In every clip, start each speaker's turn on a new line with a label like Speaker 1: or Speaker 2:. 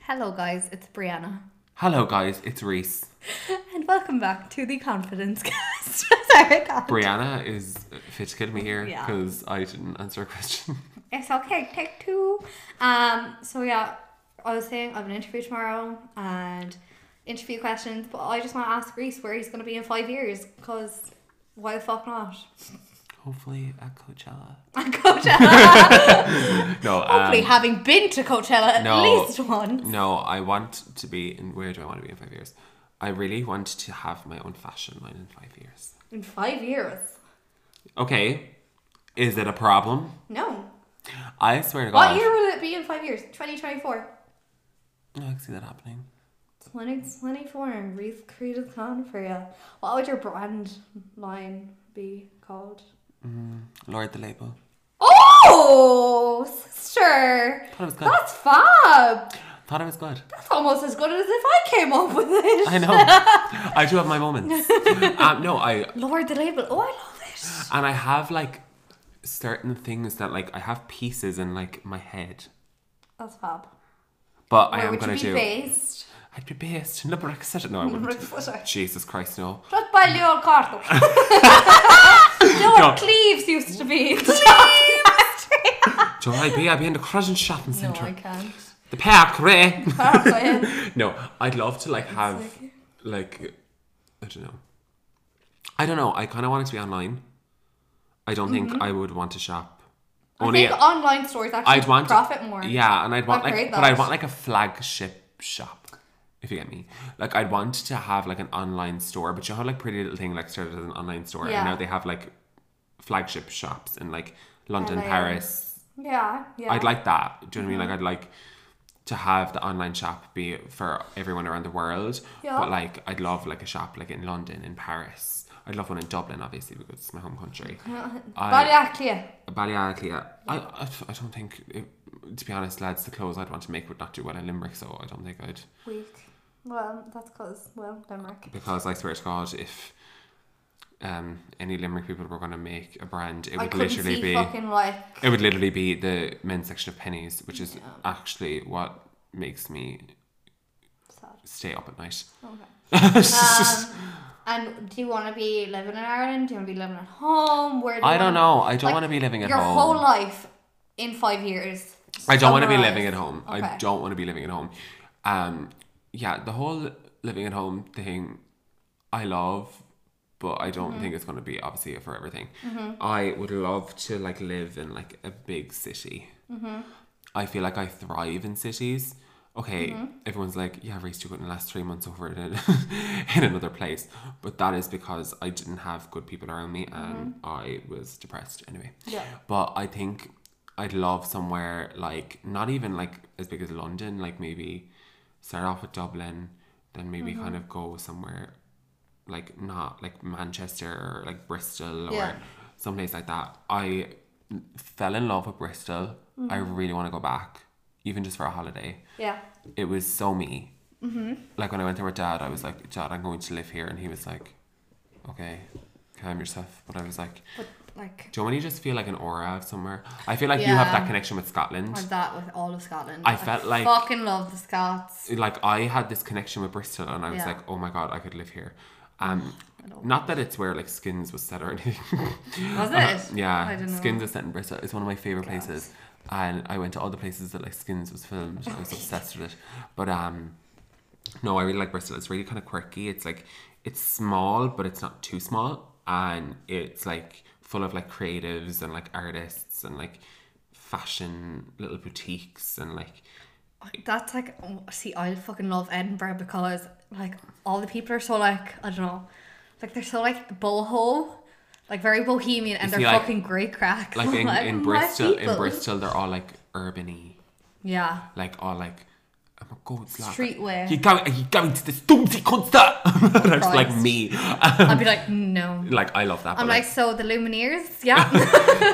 Speaker 1: Hello, guys, it's Brianna,
Speaker 2: Hello, guys. It's Reese.
Speaker 1: and welcome back to the Confidence Cast. Sorry, I can't.
Speaker 2: Brianna is fit to kill me here
Speaker 1: Yeah.
Speaker 2: because I didn't answer a question.
Speaker 1: It's okay, take two. Um, so yeah, I was saying I have an interview tomorrow and interview questions, but I just want to ask Reese where he's going to be in five years because why the fuck not?
Speaker 2: Hopefully at Coachella.
Speaker 1: And
Speaker 2: Um,
Speaker 1: Coachella.
Speaker 2: No, um,
Speaker 1: Hopefully, having been to Coachella at
Speaker 2: no.
Speaker 1: least once.
Speaker 2: no. I want to be. In, where do I want to be in five years? I really want to have my own fashion line in five years.
Speaker 1: In five years.
Speaker 2: Okay, is it a problem?
Speaker 1: No.
Speaker 2: I swear to God,
Speaker 1: What year will it be in five years? 2024.
Speaker 2: no, I can see that happening.
Speaker 1: 2024 and Reese Creed is gone for you. What would your brand line be called?
Speaker 2: Lord the label.
Speaker 1: Oh, sister.
Speaker 2: Thought it was good.
Speaker 1: That's fab.
Speaker 2: Thought it was good.
Speaker 1: That's almost as good as if I came up with it.
Speaker 2: I know. I do have my moments. um, no, I
Speaker 1: Lord the label. Oh, I love
Speaker 2: and I have like certain things that like I have pieces in like my head.
Speaker 1: it. That's fab.
Speaker 2: But
Speaker 1: Where
Speaker 2: I am
Speaker 1: would
Speaker 2: gonna
Speaker 1: you be
Speaker 2: do.
Speaker 1: based?
Speaker 2: I'd be based in the Brexit. No, I wouldn't.
Speaker 1: Just
Speaker 2: Jesus Christ, no.
Speaker 1: by Leon Carter.
Speaker 2: No.
Speaker 1: Lord Cleves used to be.
Speaker 2: Do I be? I'd be in the Crescent Shopping
Speaker 1: no,
Speaker 2: Centre.
Speaker 1: I can't.
Speaker 2: The park, right?
Speaker 1: That's what I am.
Speaker 2: no, I'd love to like have like, I don't know. I don't know. I kind of want it to be online. I don't think I would want to shop.
Speaker 1: Mm-hmm. I think online stores actually
Speaker 2: I'd want
Speaker 1: profit more.
Speaker 2: Yeah, and I'd want
Speaker 1: I've
Speaker 2: like,
Speaker 1: heard
Speaker 2: but I'd
Speaker 1: that.
Speaker 2: want like a flagship shop, if you get me. Like I'd want to have like an online store, but you have like Pretty Little Thing like started as an online store,
Speaker 1: Yeah.
Speaker 2: and now they have like flagship shops in like London,
Speaker 1: LA.
Speaker 2: Paris.
Speaker 1: Yeah, yeah. Mm-hmm.
Speaker 2: I'd like that. Do you know what I mean? Like I'd like to have the online shop be for everyone around the world.
Speaker 1: Yeah.
Speaker 2: But like I'd love like a shop like in London, in Paris. I'd love one in Dublin, obviously, because it's my home
Speaker 1: Mm-hmm.
Speaker 2: country. I-
Speaker 1: Ballyaclea.
Speaker 2: Ballyaclea. I, I, I don't think, it, to be honest, lads, the clothes I'd want to make would not do well in Limerick, so I don't think I'd.
Speaker 1: Weak. Well, that's because, well, Denmark.
Speaker 2: Because I swear to God, if um, any Limerick people were going to make a brand, it
Speaker 1: I
Speaker 2: would
Speaker 1: couldn't
Speaker 2: literally
Speaker 1: see
Speaker 2: be.
Speaker 1: fucking like.
Speaker 2: It would literally be the men's section of pennies, which is actually what makes me
Speaker 1: Sad.
Speaker 2: stay up at night.
Speaker 1: Okay. Um, and do you want to be living in Ireland? Do you want to be living at home? Where do you
Speaker 2: I don't
Speaker 1: wanna-
Speaker 2: know. I don't
Speaker 1: like,
Speaker 2: want to be living at
Speaker 1: Your
Speaker 2: home.
Speaker 1: whole life in five years.
Speaker 2: I don't want to be
Speaker 1: Summarise.
Speaker 2: living at home.
Speaker 1: Okay.
Speaker 2: I don't want to be living at home. Um, yeah, the whole living at home thing, I love, but I don't think it's going to be obviously for everything. I would love to like live in like a big city. I feel like I thrive in cities. Okay, everyone's like, yeah, Reese, you got in the last three months over in, in another place. But that is because I didn't have good people around me and I was depressed anyway.
Speaker 1: Yeah.
Speaker 2: But I think I'd love somewhere like, not even like as big as London, like maybe start off with Dublin, then maybe kind of go somewhere like not like Manchester or like Bristol or
Speaker 1: Yeah.
Speaker 2: someplace like that. I fell in love with Bristol. I really want to go back, even just for a holiday.
Speaker 1: Yeah.
Speaker 2: It was so me. Mm-hmm. Like when I went there with dad, I was like, Dad, I'm going to live here. And he was like, Okay, calm yourself. But I was like,
Speaker 1: But like,
Speaker 2: Do you want me to just feel like an aura of somewhere? I feel like you have
Speaker 1: Yeah.
Speaker 2: that connection with Scotland.
Speaker 1: was that with all of Scotland?
Speaker 2: I felt like-
Speaker 1: fucking love the Scots.
Speaker 2: like I had this connection with Bristol, and I was
Speaker 1: Yeah.
Speaker 2: like, oh my god, I could live here. Um,
Speaker 1: I don't-
Speaker 2: not that it's where like Skins was set or anything.
Speaker 1: Was it?
Speaker 2: yeah,
Speaker 1: I didn't know.
Speaker 2: Skins is set in Bristol. It's one of my favorite places, and I went to all the places that like Skins was filmed. I was obsessed with it. But um, no, I really like Bristol. It's really kind of quirky. It's like it's small, but it's not too small, and it's like full of like creatives and like artists and like fashion little boutiques and like
Speaker 1: That's like, oh, see, I fucking love Edinburgh because like all the people are so like, I don't know, like they're so like boho, like very bohemian, and
Speaker 2: You
Speaker 1: they're
Speaker 2: see, like-
Speaker 1: fucking great crack.
Speaker 2: like in,
Speaker 1: Like,
Speaker 2: in
Speaker 1: my
Speaker 2: Bristol, in
Speaker 1: people.
Speaker 2: Bristol, they're all like urban-y,
Speaker 1: Yeah.
Speaker 2: like all like I'm a gold
Speaker 1: Streetwear.
Speaker 2: You going? Are you going to the Stormzy concert? And I was like
Speaker 1: Christ.
Speaker 2: me,
Speaker 1: I'd be like, no.
Speaker 2: like I love that.
Speaker 1: I'm
Speaker 2: but,
Speaker 1: like, so the Lumineers, yeah.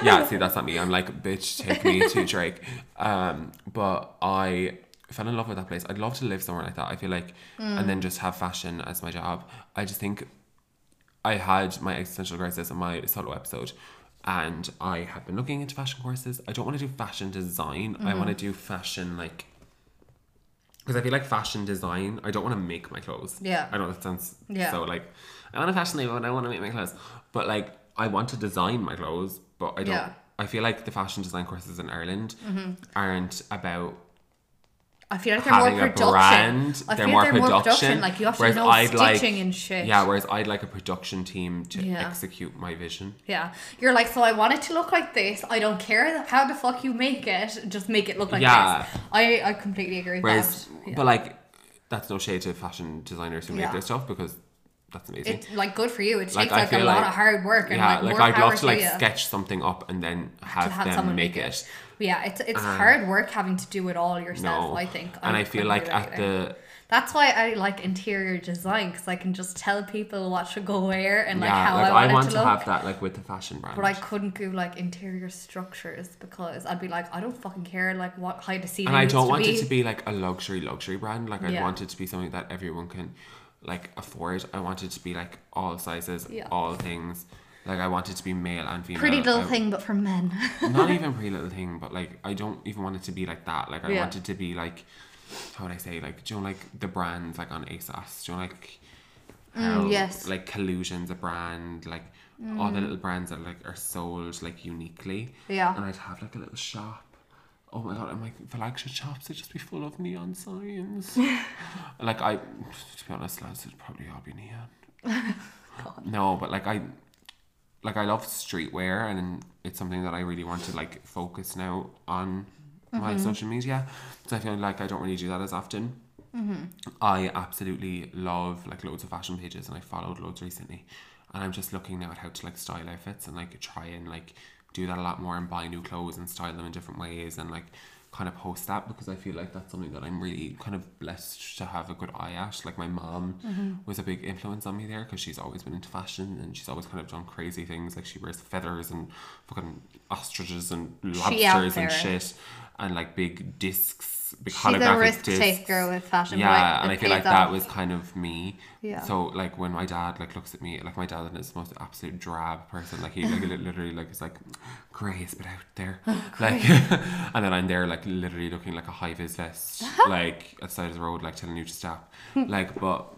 Speaker 2: yeah, see, that's not me. I'm like, bitch, take me to Drake. Um, but I fell in love with that place. I'd love to live somewhere like that. I feel like, and then just have fashion as my job. I just think I had my existential crisis in my solo episode, and I have been looking into fashion courses. I don't want to do fashion design. I want to do fashion like because I feel like fashion design, I don't want to make my clothes.
Speaker 1: Yeah.
Speaker 2: I know that sounds
Speaker 1: Yeah.
Speaker 2: so like, I want a fashion label and I want to make my clothes. But like, I want to design my clothes, but I don't.
Speaker 1: Yeah.
Speaker 2: I feel like the fashion design courses in Ireland aren't about
Speaker 1: I feel like they're more
Speaker 2: having
Speaker 1: production.
Speaker 2: a brand.
Speaker 1: I feel
Speaker 2: they're
Speaker 1: like
Speaker 2: more
Speaker 1: they're
Speaker 2: production.
Speaker 1: more production. Like you have to
Speaker 2: whereas
Speaker 1: know
Speaker 2: I'd like-
Speaker 1: stitching and shit.
Speaker 2: Yeah, whereas I'd like a production team to
Speaker 1: Yeah.
Speaker 2: execute my vision.
Speaker 1: Yeah. You're like, so I want it to look like this. I don't care how the fuck you make it. Just make it look like
Speaker 2: Yeah.
Speaker 1: this. I, I completely agree with
Speaker 2: Whereas,
Speaker 1: that. Yeah.
Speaker 2: but like, that's no shade to fashion designers who
Speaker 1: Yeah.
Speaker 2: make this stuff because that's amazing.
Speaker 1: It's like good for you. It takes
Speaker 2: Like,
Speaker 1: like,
Speaker 2: I
Speaker 1: a
Speaker 2: feel
Speaker 1: lot
Speaker 2: like-
Speaker 1: of hard work and
Speaker 2: yeah,
Speaker 1: like,
Speaker 2: like,
Speaker 1: more
Speaker 2: I'd
Speaker 1: power
Speaker 2: love to
Speaker 1: to
Speaker 2: like
Speaker 1: you.
Speaker 2: sketch something up and then have,
Speaker 1: to have
Speaker 2: them
Speaker 1: someone
Speaker 2: make it.
Speaker 1: But yeah, it's it's hard work having to do it all yourself.
Speaker 2: Uh-huh. No,
Speaker 1: I think,
Speaker 2: and I,
Speaker 1: I'm
Speaker 2: feel
Speaker 1: pretty
Speaker 2: like
Speaker 1: good
Speaker 2: at
Speaker 1: it.
Speaker 2: the
Speaker 1: that's why I like interior design because I can just tell people what should go where and like
Speaker 2: yeah,
Speaker 1: how
Speaker 2: like
Speaker 1: I want,
Speaker 2: I want
Speaker 1: it
Speaker 2: to,
Speaker 1: to, look.
Speaker 2: have that like with the fashion brand.
Speaker 1: But I couldn't do like interior structures because I'd be like, I don't fucking care like what height the ceiling.
Speaker 2: and I
Speaker 1: needs
Speaker 2: don't
Speaker 1: to
Speaker 2: want
Speaker 1: be.
Speaker 2: it to be like a luxury luxury brand. Like I
Speaker 1: Yeah.
Speaker 2: want it to be something that everyone can like afford. I want it to be like all sizes,
Speaker 1: Yeah.
Speaker 2: all things. Like I want it to be male and female.
Speaker 1: pretty little
Speaker 2: I-
Speaker 1: thing, but for men.
Speaker 2: Not even pretty little thing, but like I don't even want it to be like that. Like I
Speaker 1: Yeah.
Speaker 2: want it to be like how would I say like do you know like the brands like on ASOS? Do you know like how,
Speaker 1: Mm, yes. Mm.
Speaker 2: like collusions a brand like all the little brands that like are sold like uniquely
Speaker 1: Yeah.
Speaker 2: and I'd have like a little shop. Oh my god! And my flagship shops would just be full of neon signs. like I, to be honest, lads, it'd probably all be neon. No, but like I, like I love streetwear, and it's something that I really want to like focus now on my social media. So I feel like I don't really do that as often. I absolutely love like loads of fashion pages, and I followed loads recently, and I'm just looking now at how to like style outfits and like try and like do that a lot more and buy new clothes and style them in different ways and like kind of post that because I feel like that's something that I'm really kind of blessed to have a good eye at. Like my mom
Speaker 1: Mm-hmm.
Speaker 2: was a big influence on me there because she's always been into fashion and she's always kind of done crazy things. Like she wears feathers and fucking ostriches and
Speaker 1: out
Speaker 2: lobsters
Speaker 1: there.
Speaker 2: and shit and like big discs, big
Speaker 1: She's a
Speaker 2: holographic
Speaker 1: risk
Speaker 2: discs.
Speaker 1: taker with fashion.
Speaker 2: Yeah,
Speaker 1: but
Speaker 2: and
Speaker 1: it
Speaker 2: I feel
Speaker 1: pays
Speaker 2: like that
Speaker 1: off.
Speaker 2: was kind of me.
Speaker 1: Yeah.
Speaker 2: So like when my dad like looks at me, like my dad is the most absolute drab person. Like he like li- literally like is like Grace, but out there. like and then I'm there like literally looking like a high vis vest, like at the side of the road, like telling you to stop. Like but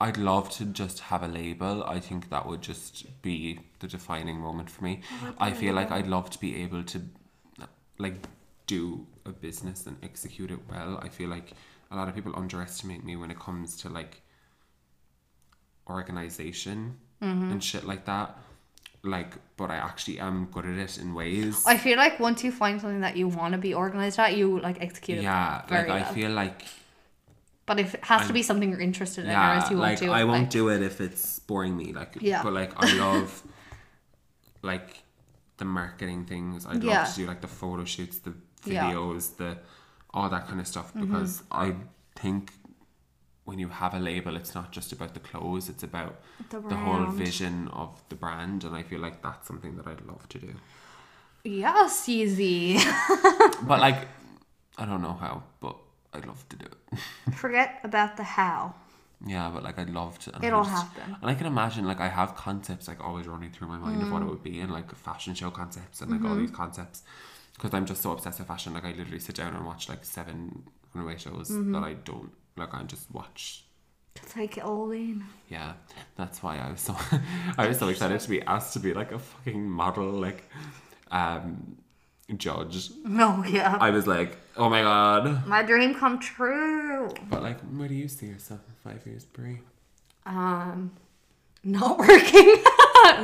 Speaker 2: I'd love to just have a label. I think that would just be the defining moment for me. I feel like I'd love to be able to like do a business and execute it well. I feel like a lot of people underestimate me when it comes to like organization
Speaker 1: Mm-hmm.
Speaker 2: and shit like that. Like, but I actually am good at it in ways.
Speaker 1: I feel like once you find something that you want to be organized at, you like execute it.
Speaker 2: yeah,
Speaker 1: very
Speaker 2: like I
Speaker 1: well.
Speaker 2: feel like
Speaker 1: But if it has to be something you're interested in, or
Speaker 2: yeah,
Speaker 1: else you won't
Speaker 2: like
Speaker 1: do it.
Speaker 2: I won't
Speaker 1: like-
Speaker 2: do it if it's boring me. Like,
Speaker 1: Yeah.
Speaker 2: but like I love like the marketing things. I'd
Speaker 1: Yeah.
Speaker 2: love to do like the photo shoots, the
Speaker 1: Yeah. Mm-hmm.
Speaker 2: videos, the all that kind of stuff because I think when you have a label, it's not just about the clothes; it's about
Speaker 3: The
Speaker 2: the whole
Speaker 3: brand.
Speaker 2: vision of the brand. And I feel like that's something that I'd love to do.
Speaker 1: Yes, easy.
Speaker 2: But like, I don't know how, but I'd love to do it.
Speaker 1: Forget about the how.
Speaker 2: Yeah, but like I'd love to. and I
Speaker 1: It'll
Speaker 2: just-
Speaker 1: happen.
Speaker 2: And I can imagine, like, I have concepts like always running through my mind of
Speaker 1: Mm.
Speaker 2: what it would be, and like fashion show concepts and like all
Speaker 1: Mm-hmm.
Speaker 2: these concepts, because I'm just so obsessed with fashion. Like, I literally sit down and watch like seven runway shows
Speaker 1: Mm-hmm.
Speaker 2: that I don't like. I just watch.
Speaker 1: Take it all in.
Speaker 2: Yeah, that's why I was so I was so excited to be asked to be like a fucking model, like, um, judge.
Speaker 1: No, yeah.
Speaker 2: I was like, oh my god.
Speaker 1: My dream come true.
Speaker 2: But like, where do you see yourself in five years, Brie?
Speaker 1: Um, not working.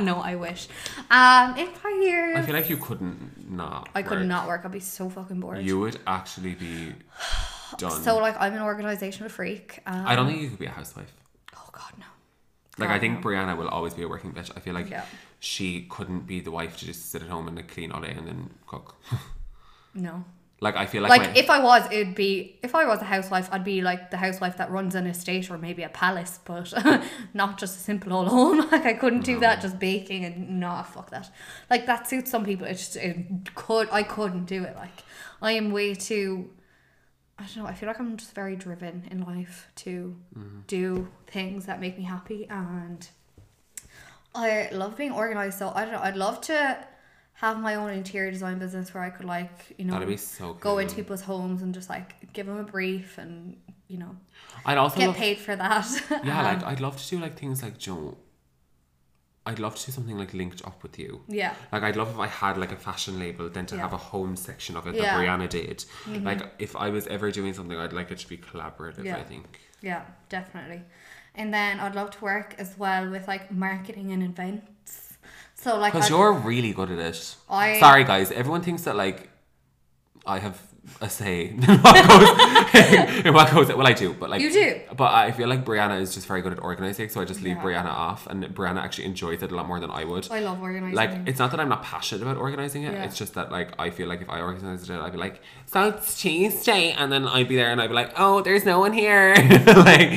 Speaker 1: no, I wish. Um, in five years,
Speaker 2: I feel like you couldn't not.
Speaker 1: I could
Speaker 2: work.
Speaker 1: not work. I'd be so fucking bored.
Speaker 2: You would actually be done.
Speaker 1: so like, I'm an organizational freak. Um,
Speaker 2: I don't think you could be a housewife.
Speaker 1: oh God, no.
Speaker 2: Like I think Brianna will always be a working bitch. I feel like
Speaker 1: Yeah.
Speaker 2: she couldn't be the wife to just sit at home and like, clean all day and then cook.
Speaker 1: No.
Speaker 2: like I feel like,
Speaker 1: Like,
Speaker 2: my-
Speaker 1: if I was, it'd be if I was a housewife, I'd be like the housewife that runs an estate or maybe a palace, but not just a simple old home. Like I couldn't do that, just baking and nah, fuck that. Like that suits some people. It just it could I couldn't do it. Like I am way too. I don't know. I feel like I'm just very driven in life to
Speaker 2: Mm-hmm.
Speaker 1: do things that make me happy and I love being organized, so I don't know. I'd love to have my own interior design business where I could like you know
Speaker 2: That'd be so
Speaker 1: go
Speaker 2: cool.
Speaker 1: into people's homes and just like give them a brief and you know
Speaker 2: I'd also
Speaker 1: get
Speaker 2: love,
Speaker 1: paid for that.
Speaker 2: yeah,
Speaker 1: Um,
Speaker 2: like I'd love to do like things like Joe. I'd love to do something like linked up with you.
Speaker 1: yeah,
Speaker 2: Like I'd love if I had like a fashion label, then to
Speaker 1: Yeah.
Speaker 2: have a home section of it
Speaker 1: Yeah. Mm-hmm.
Speaker 2: that Brianna did. Like if I was ever doing something, I'd like it to be collaborative.
Speaker 1: Yeah.
Speaker 2: I think.
Speaker 1: yeah, definitely. And then I'd love to work as well with like marketing and events. So like
Speaker 2: Because
Speaker 1: I'd-
Speaker 2: you're really good at it.
Speaker 1: I-
Speaker 2: Sorry, guys. Everyone thinks that, like, I have a say in what goes, in what goes Well, I do, but, like...
Speaker 1: You do.
Speaker 2: But I feel like Brianna is just very good at organising, so I just leave
Speaker 1: Yeah.
Speaker 2: Brianna off, and Brianna actually enjoys it a lot more than I would.
Speaker 1: I love organizing.
Speaker 2: Like, it's not that I'm not passionate about organising it,
Speaker 1: Yeah.
Speaker 2: it's just that, like, I feel like if I organised it, I'd be like, so it's cheese day, and then I'd be there and I'd be like, oh, there's no one here.
Speaker 1: Uh-huh.
Speaker 2: like...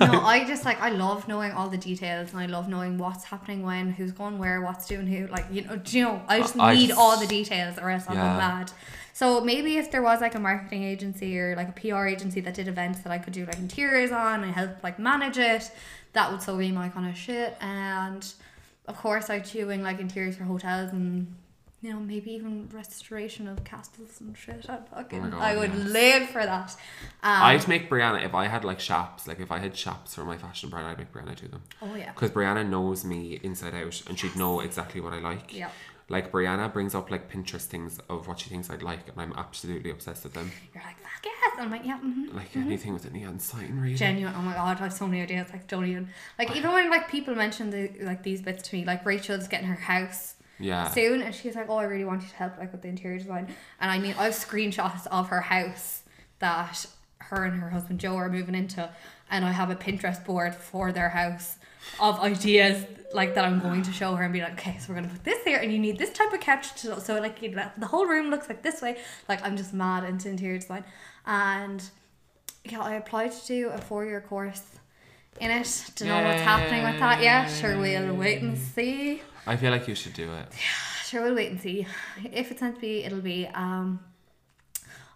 Speaker 1: no, I just like I love knowing all the details and I love knowing what's happening when, who's going where, what's doing who. Like you know, do you know? I just
Speaker 2: I- I
Speaker 1: need
Speaker 2: just-
Speaker 1: all the details or else I'll
Speaker 2: Yeah.
Speaker 1: go mad. So maybe if there was like a marketing agency or like a PR agency that did events that I could do like interiors on and help like manage it, that would so be my kind of shit. And of course, I doing like interiors for hotels and. You know, maybe even restoration of castles and shit. I fucking,
Speaker 2: Oh God,
Speaker 1: I would
Speaker 2: yes.
Speaker 1: live for that. Um,
Speaker 2: I'd make Brianna, if I had, like, shops, like, if I had shops for my fashion brand, I'd make Brianna do them.
Speaker 1: oh yeah,
Speaker 2: Because Brianna knows me inside out and she'd know exactly what I like.
Speaker 1: yeah.
Speaker 2: Like Brianna brings up like Pinterest things of what she thinks I'd like and I'm absolutely obsessed with them.
Speaker 1: You're like fuck yes, and I'm like yeah. mhm.
Speaker 2: Like anything with a neon sign really.
Speaker 1: genuine. Oh my god, I have so many ideas. Like don't even like even when like people mention the like these bits to me. Like Rachel's getting her house
Speaker 2: yeah.
Speaker 1: soon, and she's like, "Oh, I really want you to help like with the interior design." And I mean, I have screenshots of her house that her and her husband Joe are moving into, and I have a Pinterest board for their house of ideas like that I'm going to show her and be like, "Okay, so we're gonna put this here, and you need this type of couch, to, so like you know, the whole room looks like this way." Like I'm just mad into interior design, and yeah, I applied to do a four year course. In it, to know what's happening with that Yeah, Sure, we'll wait and see.
Speaker 2: I feel like you should do it.
Speaker 1: Sure, we'll wait and see. If it's meant to be, it'll be. Um,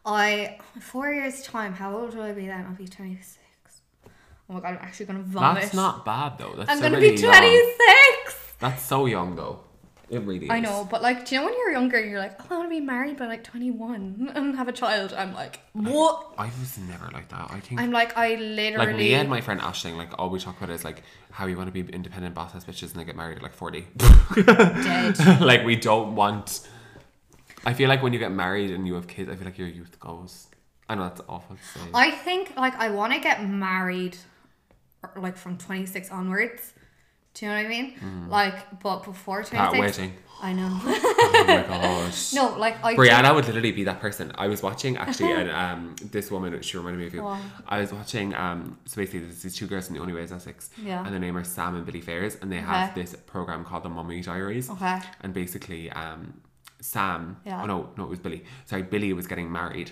Speaker 1: I four years time. How old will I be then? I'll be twenty six. Oh my god, I'm actually gonna vomit.
Speaker 2: That's not bad though. That's
Speaker 1: I'm
Speaker 2: so
Speaker 1: gonna
Speaker 2: really
Speaker 1: be
Speaker 2: young.
Speaker 1: twenty six.
Speaker 2: That's so young though. It really is.
Speaker 1: I know, but like, do you know when you're younger, you're like, oh, I want to be married by like twenty one and have a child. I'm like, what?
Speaker 2: I was never like that. I think
Speaker 1: I'm like, I
Speaker 2: like
Speaker 1: literally.
Speaker 2: me and my friend Ashling, like all we talk about is like how we want to be independent boss ass bitches and then get married at like forty.
Speaker 1: dead.
Speaker 2: like we don't want I feel like when you get married and you have kids, I feel like your youth goes. I know that's awful to say.
Speaker 1: I think like I want to get married, or, like from twenty six onwards. Do you know what I mean? Like, but before twenty
Speaker 2: Mm. That
Speaker 1: six,
Speaker 2: wedding.
Speaker 1: I know.
Speaker 2: Oh my gosh.
Speaker 1: No, like I
Speaker 2: Brianna would literally be that person. I was watching actually, and um, this woman, she reminded me of you.
Speaker 1: Wow.
Speaker 2: I was watching, um, so basically, there's these two girls from The Only Way is Essex,
Speaker 1: Yeah.
Speaker 2: and their name are Sam and Billy Fairs, and they have
Speaker 1: Okay. Oh.
Speaker 2: this program called the Mummy Diaries.
Speaker 1: Okay.
Speaker 2: And basically, um, Sam,
Speaker 1: Yeah. Mm-hmm.
Speaker 2: oh no, no, it was Billy. Sorry, Billy was getting married,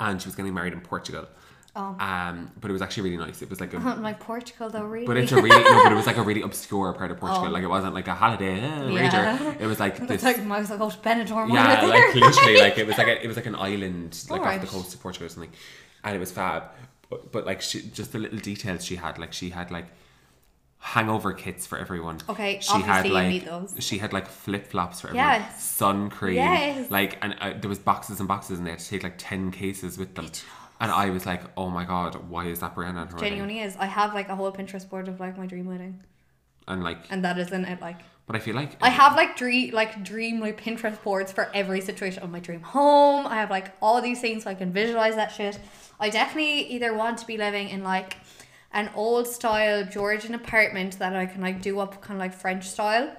Speaker 2: and she was getting married in Portugal.
Speaker 1: Oh.
Speaker 2: Um, but it was actually really nice. It was like a
Speaker 1: like Portugal though, really.
Speaker 2: But it's a really no, but it was like a really obscure part of Portugal.
Speaker 1: Oh.
Speaker 2: Like it wasn't like a holiday eh,
Speaker 1: Yeah.
Speaker 2: major. It was like
Speaker 1: It's
Speaker 2: this
Speaker 1: like might as well go to Benidorm. while
Speaker 2: Yeah,
Speaker 1: you're
Speaker 2: like
Speaker 1: there.
Speaker 2: literally like it was like a, it was like an island like
Speaker 1: Alright.
Speaker 2: off the coast of Portugal or something. And it was fab. But, but like she, just the little details she had, like she had like hangover kits for everyone.
Speaker 1: Okay,
Speaker 2: she had
Speaker 1: obviously you
Speaker 2: like
Speaker 1: need those.
Speaker 2: she had like flip flops for everyone.
Speaker 1: Yes.
Speaker 2: Sun cream.
Speaker 1: Yes.
Speaker 2: Like and uh, there was boxes and boxes and they had to take like ten cases with them. And I was like, oh my god, why is that Brianna? at her wedding?
Speaker 1: Genuinely is. I have like a whole Pinterest board of like my dream wedding,
Speaker 2: And like,
Speaker 1: and that isn't it. Like
Speaker 2: but I feel like
Speaker 1: I have like dream, like dream, like Pinterest boards for every situation of my dream home. I have like all these things so I can visualize that shit. I definitely either want to be living in like an old style Georgian apartment that I can like do up kind of like French style.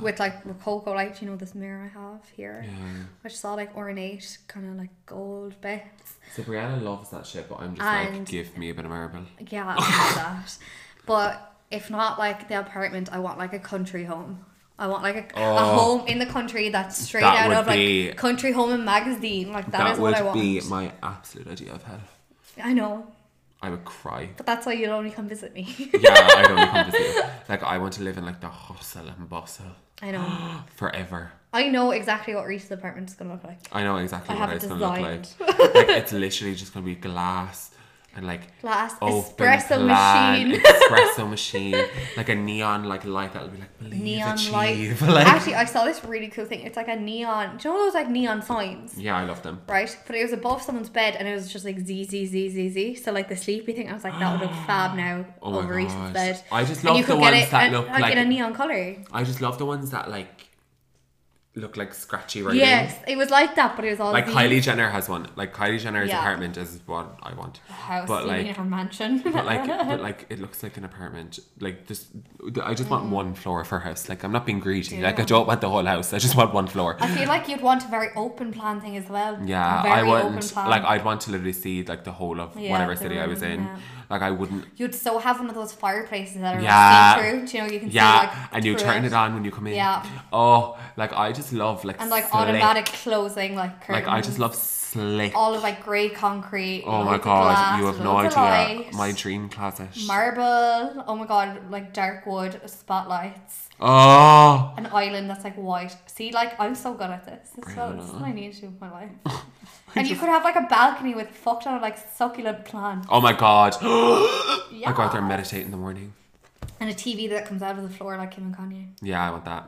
Speaker 1: With like rococo light, you know this mirror I have here,
Speaker 2: Yeah.
Speaker 1: which is all like ornate, kind of like gold bits.
Speaker 2: So Brianna loves that shit, but I'm just
Speaker 1: And-
Speaker 2: like, give me a bit of marble.
Speaker 1: Yeah, I love that. But if not like the apartment, I want like a country home. I want like a, a
Speaker 2: Oh.
Speaker 1: home in the country that's straight
Speaker 2: That
Speaker 1: out
Speaker 2: would
Speaker 1: of like
Speaker 2: be-
Speaker 1: country home and magazine. Like that is
Speaker 2: would
Speaker 1: what I want.
Speaker 2: be my absolute idea of hell.
Speaker 1: I know,
Speaker 2: I would cry.
Speaker 1: but that's why you'll only come visit me.
Speaker 2: Yeah, I don't even come to see you. Like I want to live in like the hustle and bustle
Speaker 1: I know.
Speaker 2: forever.
Speaker 1: I know exactly what Reese's apartment is gonna look like.
Speaker 2: I know exactly
Speaker 1: I
Speaker 2: what
Speaker 1: have it
Speaker 2: it's gonna look like.
Speaker 1: designed.
Speaker 2: like. It's literally just gonna be glass and like
Speaker 4: Glass
Speaker 2: open
Speaker 4: espresso
Speaker 2: plan
Speaker 4: machine.
Speaker 2: espresso machine, like a neon like light that would be like believe
Speaker 4: Neon
Speaker 2: achieve.
Speaker 4: light.
Speaker 2: Like,
Speaker 4: Actually, I saw this really cool thing. It's like a neon. Do you know those like neon signs?
Speaker 2: yeah, I love them.
Speaker 4: Right, but it was above someone's bed, and it was just like z z z z z. So like the sleepy thing, I was like, that would look fab now
Speaker 2: Oh my
Speaker 4: over Reese's
Speaker 2: gosh.
Speaker 4: bed.
Speaker 2: I just
Speaker 4: And you
Speaker 2: love the
Speaker 4: could get
Speaker 2: ones
Speaker 4: it
Speaker 2: that
Speaker 4: in-
Speaker 2: look
Speaker 4: like,
Speaker 2: like-
Speaker 4: in a neon color.
Speaker 2: I just love the ones that like look like scratchy writing.
Speaker 4: Yes, it was like that, but it was all
Speaker 2: Like
Speaker 4: Z.
Speaker 2: Kylie Jenner has one. Like Kylie Jenner's
Speaker 1: Yeah.
Speaker 2: apartment is what I want.
Speaker 1: house
Speaker 2: But,
Speaker 1: but like, in
Speaker 2: like-
Speaker 1: her mansion.
Speaker 2: But like, but like, it looks like an apartment. Like just, I just
Speaker 1: Mm.
Speaker 2: want one floor for house. Like I'm not being greedy. Like I don't want the whole house. I just want one floor.
Speaker 1: I feel like you'd want a very open plan thing as well.
Speaker 2: Yeah,
Speaker 1: A very
Speaker 2: I
Speaker 1: open
Speaker 2: wouldn't.
Speaker 1: plan.
Speaker 2: Like I'd want to literally see like the whole of
Speaker 1: Yeah,
Speaker 2: whatever
Speaker 1: the
Speaker 2: city I was
Speaker 1: room,
Speaker 2: in.
Speaker 1: yeah.
Speaker 2: Like I wouldn't.
Speaker 1: You'd so have one of those fireplaces that are
Speaker 2: Yeah.
Speaker 1: see through. Do you know you can
Speaker 2: Yeah,
Speaker 1: see like
Speaker 2: and you
Speaker 1: through
Speaker 2: turn it. on when you come in.
Speaker 1: Yeah.
Speaker 2: Oh, like I just love like
Speaker 1: and like
Speaker 2: slick-
Speaker 1: automatic closing like curtains.
Speaker 2: Like I just love slick.
Speaker 1: all of like grey concrete.
Speaker 2: oh my
Speaker 1: loads of
Speaker 2: god,
Speaker 1: glass,
Speaker 2: you have no
Speaker 1: loads of
Speaker 2: idea.
Speaker 1: light,
Speaker 2: My dream closet.
Speaker 1: marble. Oh my god, like dark wood spotlights.
Speaker 2: oh,
Speaker 1: An island that's like white. See, like I'm so good at this. This is, what, this is what I need to do with my life. and you could have like a balcony with fucked on like succulent plants
Speaker 2: oh my god. I go out there
Speaker 1: Yeah.
Speaker 2: and meditate in the morning.
Speaker 1: and a TV that comes out of the floor like Kim and Kanye.
Speaker 2: Yeah, I want that.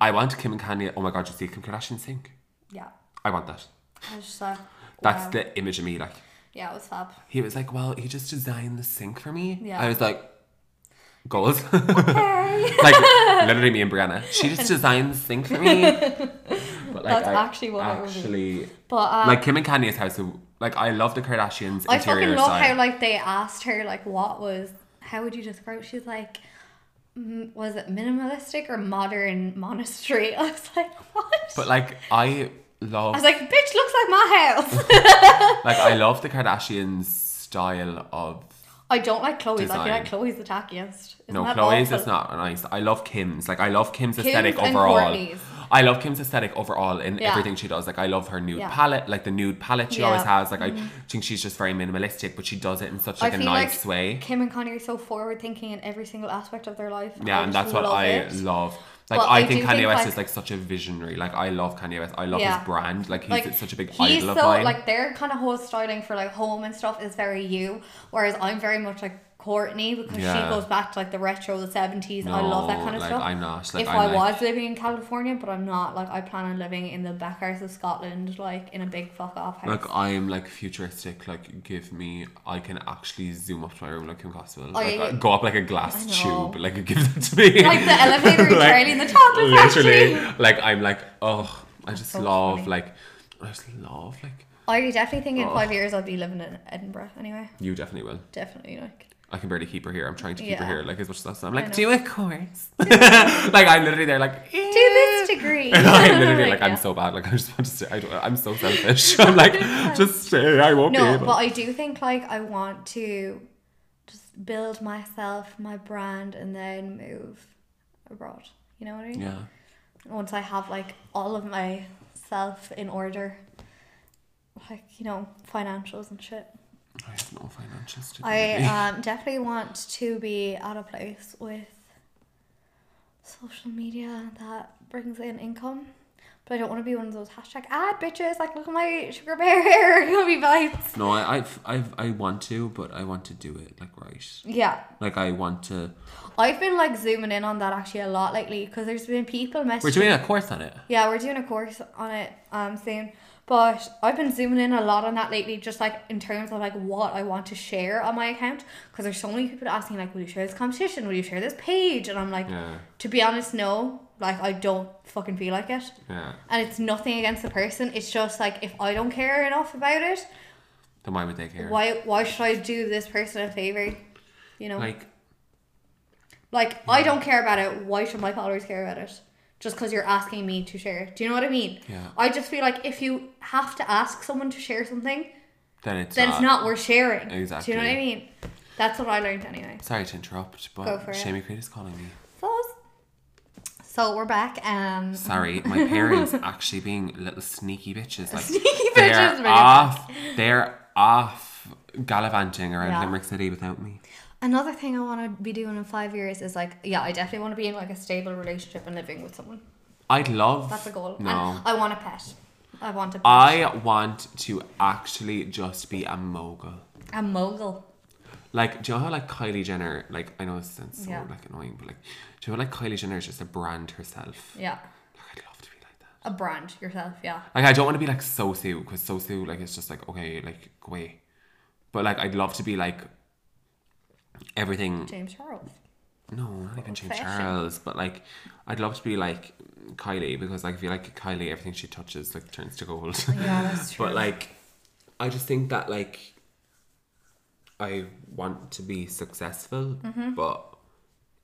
Speaker 2: I want Kim and Kanye. Oh my god, you see Kim Kardashian sing.
Speaker 1: Yeah,
Speaker 2: I want that.
Speaker 1: I was just like,
Speaker 2: That's
Speaker 1: wow.
Speaker 2: the image of me. Like
Speaker 1: yeah, it was fab.
Speaker 2: he was like, well, he just designed the sink for me.
Speaker 1: Yeah.
Speaker 2: I was like, goals.
Speaker 1: Hey.
Speaker 2: like literally me and Brianna. She just designed the sink for me. But like,
Speaker 1: That's actually what I would do.
Speaker 2: actually
Speaker 1: But uh,
Speaker 2: like Kim and Kanye's house. Like I love the Kardashians.
Speaker 1: I
Speaker 2: interior
Speaker 1: fucking love
Speaker 2: style.
Speaker 1: how like they asked her like what was how would you describe she's like m- was it minimalistic or modern monastery I was like what
Speaker 2: But like I love,
Speaker 1: I was like bitch looks like my house
Speaker 2: like I love the Kardashians style of.
Speaker 1: I don't like Chloe's I feel
Speaker 2: Design.
Speaker 1: like Chloe's the tackiest Isn't
Speaker 2: No,
Speaker 1: that
Speaker 2: Chloe's
Speaker 1: awful?
Speaker 2: is not nice. I love Kim's. Like I love Kim's,
Speaker 1: Kim's
Speaker 2: aesthetic
Speaker 1: and
Speaker 2: overall.
Speaker 1: Kourtney's.
Speaker 2: I love Kim's aesthetic overall in
Speaker 1: Yeah.
Speaker 2: everything she does. Like I love her nude
Speaker 1: Yeah.
Speaker 2: palette, like the nude palette she
Speaker 1: Yeah. Mm-hmm.
Speaker 2: always has. Like I think she's just very minimalistic, but she does it in such
Speaker 1: I
Speaker 2: like a
Speaker 1: feel
Speaker 2: nice
Speaker 1: like
Speaker 2: way.
Speaker 1: Kim and Kanye are so forward thinking in every single aspect of their life
Speaker 2: Yeah,
Speaker 1: I
Speaker 2: and
Speaker 1: just
Speaker 2: that's what
Speaker 1: love
Speaker 2: I
Speaker 1: it.
Speaker 2: love. Like
Speaker 1: But
Speaker 2: I,
Speaker 1: I
Speaker 2: think
Speaker 1: do
Speaker 2: Kanye
Speaker 1: think,
Speaker 2: West
Speaker 1: like-
Speaker 2: is like such a visionary. Like I love Kanye West. I love
Speaker 1: Yeah.
Speaker 2: his brand. Like he's such a big
Speaker 1: he's
Speaker 2: idol of
Speaker 1: so
Speaker 2: mine.
Speaker 1: like their kind of whole styling for like home and stuff is very you whereas i'm very much like courtney because
Speaker 2: Yeah.
Speaker 1: she goes back to like the retro the 70s i love that
Speaker 2: No,
Speaker 1: kind of
Speaker 2: like,
Speaker 1: stuff
Speaker 2: I'm not. Like,
Speaker 1: if
Speaker 2: I'm
Speaker 1: i
Speaker 2: like-
Speaker 1: was living in california but i'm not like i plan on living in the backyards of scotland like in a big fuck off house
Speaker 2: Like I am like futuristic. Like give me, I can actually zoom up to my room like Kim Costwell. Like
Speaker 1: I-
Speaker 2: I go up like a glass
Speaker 1: I know.
Speaker 2: tube. Like give that to me.
Speaker 1: Like the elevator in Charlie and the Chocolate
Speaker 2: Literally, like I'm like oh, I just
Speaker 1: so
Speaker 2: love
Speaker 1: funny.
Speaker 2: like I just love like
Speaker 1: i definitely think
Speaker 2: Oh.
Speaker 1: in five years i'll be living in edinburgh anyway
Speaker 2: you definitely will.
Speaker 1: definitely like
Speaker 2: I can barely keep her here. I'm trying to keep
Speaker 1: Yeah.
Speaker 2: her here. Like as much as I'm
Speaker 1: know.
Speaker 2: like do a course. like I'm literally there like
Speaker 1: do this degree
Speaker 2: I'm literally
Speaker 1: Like,
Speaker 2: like,
Speaker 1: yeah.
Speaker 2: I'm so bad. Like I just want to stay. I don't. I'm so selfish. I'm like just stay. I won't be
Speaker 1: No,
Speaker 2: able.
Speaker 1: but I do think like I want to just build myself, my brand, and then move abroad. You know what I mean?
Speaker 2: yeah.
Speaker 1: Once I have like all of my self in order, like you know financials and shit.
Speaker 2: I have no financials to do.
Speaker 1: I um, definitely want to be at a place with social media that brings in income. But I don't want to be one of those hashtag ad bitches. Like, look at my sugar bear hair, gummy bites.
Speaker 2: no, I, I've, I've, I want to, but I want to do it like right.
Speaker 1: Yeah,
Speaker 2: Like I want to.
Speaker 1: I've been like zooming in on that actually a lot lately because there's been people messaging.
Speaker 2: We're doing a course on it.
Speaker 1: yeah, we're doing a course on it um soon, but I've been zooming in a lot on that lately, just like in terms of like what I want to share on my account because there's so many people asking like, will you share this competition? Will you share this page? And I'm like,
Speaker 2: Yeah.
Speaker 1: to be honest, no. Like I don't fucking feel like it,
Speaker 2: Yeah.
Speaker 1: and it's nothing against the person. It's just like if I don't care enough about it,
Speaker 2: Then why would they care?
Speaker 1: why why should I do this person a favor? You know,
Speaker 2: Like
Speaker 1: Like, I don't care about it. Why should my followers care about it? Just because you're asking me to share it. Do you know what I mean?
Speaker 2: Yeah.
Speaker 1: I just feel like if you have to ask someone to share something,
Speaker 2: then it's. uh,
Speaker 1: then it's not worth sharing.
Speaker 2: Exactly.
Speaker 1: Do you know what I mean? That's what I learned anyway.
Speaker 2: Sorry to interrupt,
Speaker 1: Go
Speaker 2: but
Speaker 1: for it.
Speaker 2: Shamey Creed is calling me.
Speaker 1: So, so we're back. Um,
Speaker 2: Sorry, my parents actually being little sneaky bitches. Like
Speaker 1: Sneaky
Speaker 2: they're
Speaker 1: bitches, right.
Speaker 2: off. They're off gallivanting around
Speaker 1: Yeah.
Speaker 2: Limerick City without me.
Speaker 1: another thing I want to be doing in five years is like, yeah, I definitely want to be in like a stable relationship and living with someone.
Speaker 2: I'd love.
Speaker 1: That's a goal.
Speaker 2: No. Uh,
Speaker 1: And I want a pet. I want a pet.
Speaker 2: I want to actually just be a mogul.
Speaker 1: a mogul.
Speaker 2: Like, do you know how like Kylie Jenner? Like, I know this sounds so
Speaker 1: Yeah.
Speaker 2: like annoying, but like, do you know how, like Kylie Jenner is just a brand herself?
Speaker 1: Yeah.
Speaker 2: Like, I'd love to be like
Speaker 1: A
Speaker 2: that.
Speaker 1: brand yourself, yeah.
Speaker 2: Like, I don't want to be like Sosu because Sosu like it's just like okay, like go away. But like, I'd love to be like everything.
Speaker 1: James Charles.
Speaker 2: No, not even James
Speaker 1: Fashion.
Speaker 2: Charles, but like, I'd love to be like Kylie because like I feel like Kylie, everything she touches like turns to gold.
Speaker 1: Yeah, that's
Speaker 2: But like, I just think that like, I want to be successful,
Speaker 1: Mm-hmm.
Speaker 2: but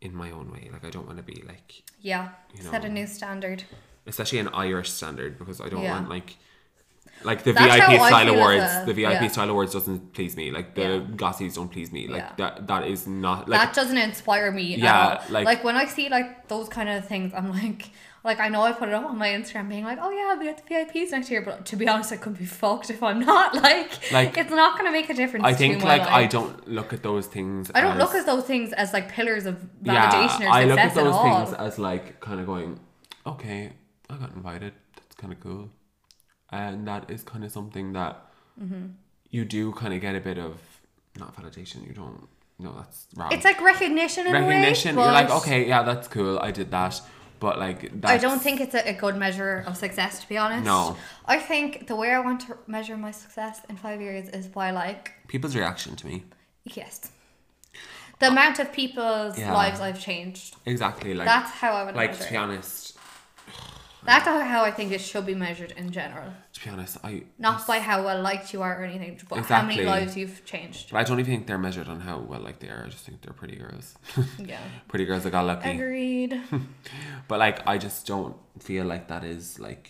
Speaker 2: in my own way. Like, I don't want to be like,
Speaker 1: yeah.
Speaker 2: you
Speaker 1: Set a
Speaker 2: know.
Speaker 1: new standard.
Speaker 2: especially an Irish standard, because I don't
Speaker 1: Yeah.
Speaker 2: want like, like the
Speaker 1: That's
Speaker 2: VIP
Speaker 1: how I
Speaker 2: style
Speaker 1: feel as
Speaker 2: awards.
Speaker 1: well,
Speaker 2: The VIP
Speaker 1: yeah.
Speaker 2: style awards doesn't please me. Like the
Speaker 1: Yeah.
Speaker 2: gossies don't please me. Like
Speaker 1: Yeah.
Speaker 2: that. That is not like.
Speaker 1: that doesn't inspire me
Speaker 2: Yeah,
Speaker 1: at all.
Speaker 2: like-
Speaker 1: Like, when I see like those kind of things, I'm like like I know I put it up on my Instagram being like, Oh yeah, I'll be at the VIPs next year, but to be honest I could be fucked if I'm not like,
Speaker 2: Like,
Speaker 1: it's not gonna make a difference.
Speaker 2: I
Speaker 1: to
Speaker 2: think
Speaker 1: my
Speaker 2: like
Speaker 1: life.
Speaker 2: I don't look at those things.
Speaker 1: I don't
Speaker 2: as,
Speaker 1: look at those things as like pillars of validation or success
Speaker 2: I look at
Speaker 1: at
Speaker 2: those
Speaker 1: all.
Speaker 2: things as like kind of going, okay, I got invited. That's kind of cool, and that is kind of something that
Speaker 1: Mm-hmm.
Speaker 2: you do kind of get a bit of not validation. You don't. No, that's wrong.
Speaker 1: it's like recognition in
Speaker 2: recognition.
Speaker 1: A way,
Speaker 2: You're like,
Speaker 1: but
Speaker 2: okay, yeah, that's cool. I did that, but like, that's,
Speaker 1: I don't think it's a, a good measure of success, to be honest.
Speaker 2: No.
Speaker 1: I think the way I want to measure my success in five years is by like
Speaker 2: people's reaction to me
Speaker 1: Yes. The amount of people's
Speaker 2: Uh, Yeah.
Speaker 1: lives I've changed.
Speaker 2: exactly like
Speaker 1: That's how I would
Speaker 2: like to
Speaker 1: measure
Speaker 2: be
Speaker 1: it.
Speaker 2: honest.
Speaker 1: That's how I think it should be measured in general.
Speaker 2: To be honest, I
Speaker 1: Not by how well liked you are or anything, but how
Speaker 2: Exactly.
Speaker 1: many lives you've changed.
Speaker 2: But I don't even think they're measured on how well like they are. I just think they're pretty girls.
Speaker 1: Yeah.
Speaker 2: pretty girls that got lucky.
Speaker 1: Agreed.
Speaker 2: But like, I just don't feel like that is like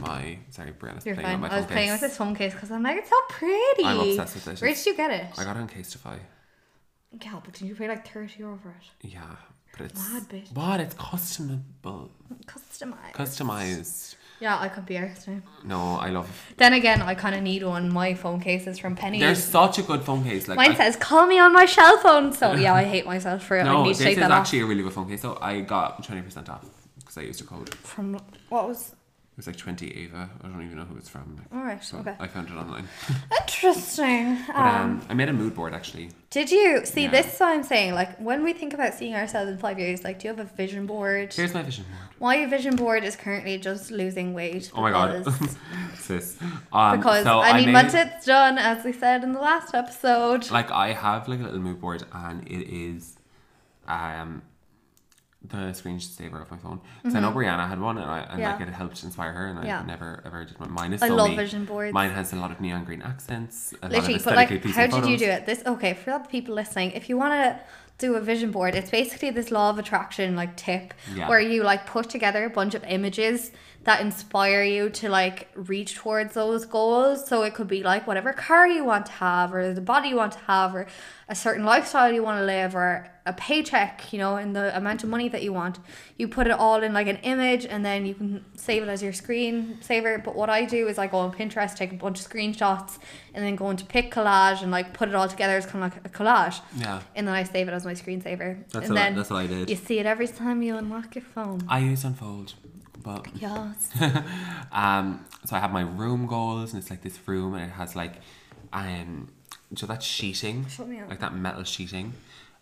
Speaker 2: my sorry, Brianna's
Speaker 1: You're
Speaker 2: playing
Speaker 1: fine.
Speaker 2: on my
Speaker 1: I was
Speaker 2: phone
Speaker 1: playing
Speaker 2: case.
Speaker 1: with this phone case because I'm like, it's so pretty.
Speaker 2: I'm obsessed with this.
Speaker 1: Where did you get it?
Speaker 2: I got it on Casetify.
Speaker 1: yeah, but did you pay like 30 euro for it?
Speaker 2: Yeah, but it's
Speaker 1: Mad bitch.
Speaker 2: what it's customable,
Speaker 1: Customized.
Speaker 2: customized.
Speaker 1: yeah, I could be arsed now.
Speaker 2: No, I love.
Speaker 1: Then again, I kind of need one. My phone case is from Penny.
Speaker 2: There's such a good phone case. Like
Speaker 1: Mine
Speaker 2: I-
Speaker 1: says, call me on my shell phone. So yeah, I hate myself for it.
Speaker 2: no,
Speaker 1: I need
Speaker 2: this
Speaker 1: to
Speaker 2: is
Speaker 1: take that off.
Speaker 2: actually a really good phone case. So I got twenty percent off because I used a code. It
Speaker 1: From what was
Speaker 2: was like twenty Ava. I don't even know who it's from. Like,
Speaker 1: All right,
Speaker 2: so
Speaker 1: okay.
Speaker 2: I found it online.
Speaker 1: Interesting.
Speaker 2: But
Speaker 1: Um,
Speaker 2: um, I made a mood board actually.
Speaker 1: did you see
Speaker 2: yeah.
Speaker 1: this? is what I'm saying, like, when we think about seeing ourselves in five years, like, do you have a vision board?
Speaker 2: Here's my vision board.
Speaker 1: My vision board is currently just losing weight.
Speaker 2: Oh my god,
Speaker 1: because-
Speaker 2: sis. Um,
Speaker 1: Because
Speaker 2: so
Speaker 1: I mean,
Speaker 2: made-
Speaker 1: once it's done, as we said in the last episode,
Speaker 2: like I have like a little mood board and it is um the screensaver of my phone. So I know Brianna had one and I and like
Speaker 1: Mm-hmm. Yeah.
Speaker 2: it helped inspire her and
Speaker 1: Yeah.
Speaker 2: I never ever did one. Mine is
Speaker 1: I
Speaker 2: so
Speaker 1: love
Speaker 2: me.
Speaker 1: vision boards.
Speaker 2: Mine has a lot of neon green accents. A lot
Speaker 1: Literally,
Speaker 2: of
Speaker 1: but
Speaker 2: aesthetically
Speaker 1: like,
Speaker 2: pleasing
Speaker 1: how did you
Speaker 2: photos.
Speaker 1: do it? This okay for the people listening. If you want to do a vision board, it's basically this law of attraction like tip
Speaker 2: Yeah.
Speaker 1: where you like put together a bunch of images that inspire you to like reach towards those goals. So it could be like whatever car you want to have, or the body you want to have, or a certain lifestyle you want to live, or a paycheck, you know, and the amount of money that you want. You put it all in like an image, and then you can save it as your screen saver. But what I do is I go on Pinterest, take a bunch of screenshots, and then go into pick collage and like put it all together as kind of like a collage.
Speaker 2: Yeah.
Speaker 1: And then I save it as my screensaver.
Speaker 2: That's
Speaker 1: and
Speaker 2: what I-
Speaker 1: then
Speaker 2: that's what I did.
Speaker 1: You see it every time you unlock your phone.
Speaker 2: I use Unfold, but
Speaker 1: Yes.
Speaker 2: um, so I have my room goals, and it's like this room, and it has like, um, so that's sheeting,
Speaker 1: Shut me up.
Speaker 2: like that metal sheeting,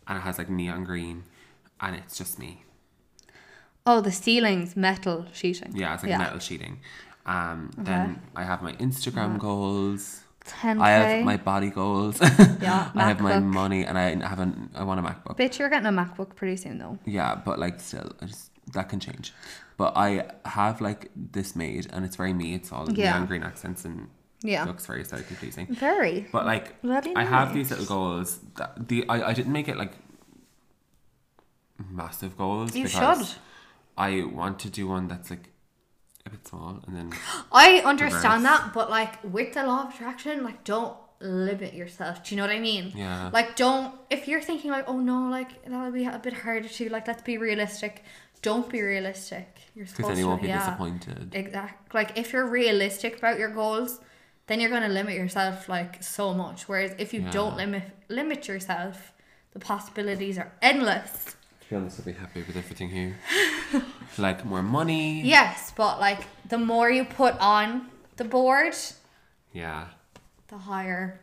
Speaker 2: and it has like neon green, and it's just me.
Speaker 1: Oh, the ceiling's metal sheeting.
Speaker 2: Yeah, it's like metal sheeting. Um, then I have my Instagram goals.
Speaker 1: 10K.
Speaker 2: I have my body goals.
Speaker 1: yeah,
Speaker 2: I have my
Speaker 1: MacBook.
Speaker 2: money, and I haven't. I want a MacBook.
Speaker 1: Bitch, you're getting a MacBook pretty soon though.
Speaker 2: Yeah, but like still, I just that can change. But I have like this made, and it's very me. It's all
Speaker 1: Yeah.
Speaker 2: neon green accents and
Speaker 1: Yeah.
Speaker 2: looks very aesthetically pleasing.
Speaker 1: Very.
Speaker 2: But like,
Speaker 1: Bloody
Speaker 2: I have these
Speaker 1: nice.
Speaker 2: little goals. That the I, I didn't make it like massive goals.
Speaker 1: You
Speaker 2: because
Speaker 1: should.
Speaker 2: I want to do one that's like a bit small, and then
Speaker 1: I understand
Speaker 2: Reverse.
Speaker 1: that, but like with the law of attraction, like don't limit yourself. Do you know what I mean?
Speaker 2: Yeah.
Speaker 1: Like don't if you're thinking like, oh no, like that'll be a bit harder to like let's be realistic. Don't be realistic. You're
Speaker 2: because
Speaker 1: supposed
Speaker 2: then you won't
Speaker 1: to
Speaker 2: be
Speaker 1: yeah.
Speaker 2: disappointed.
Speaker 1: Exactly. Like if you're realistic about your goals, then you're gonna limit yourself like so much. Whereas if you don't
Speaker 2: Yeah.
Speaker 1: limit limit yourself, the possibilities are endless.
Speaker 2: To be honest, I'll be happy with everything here. like more money.
Speaker 1: Yes, but like the more you put on the board,
Speaker 2: Yeah.
Speaker 1: the higher,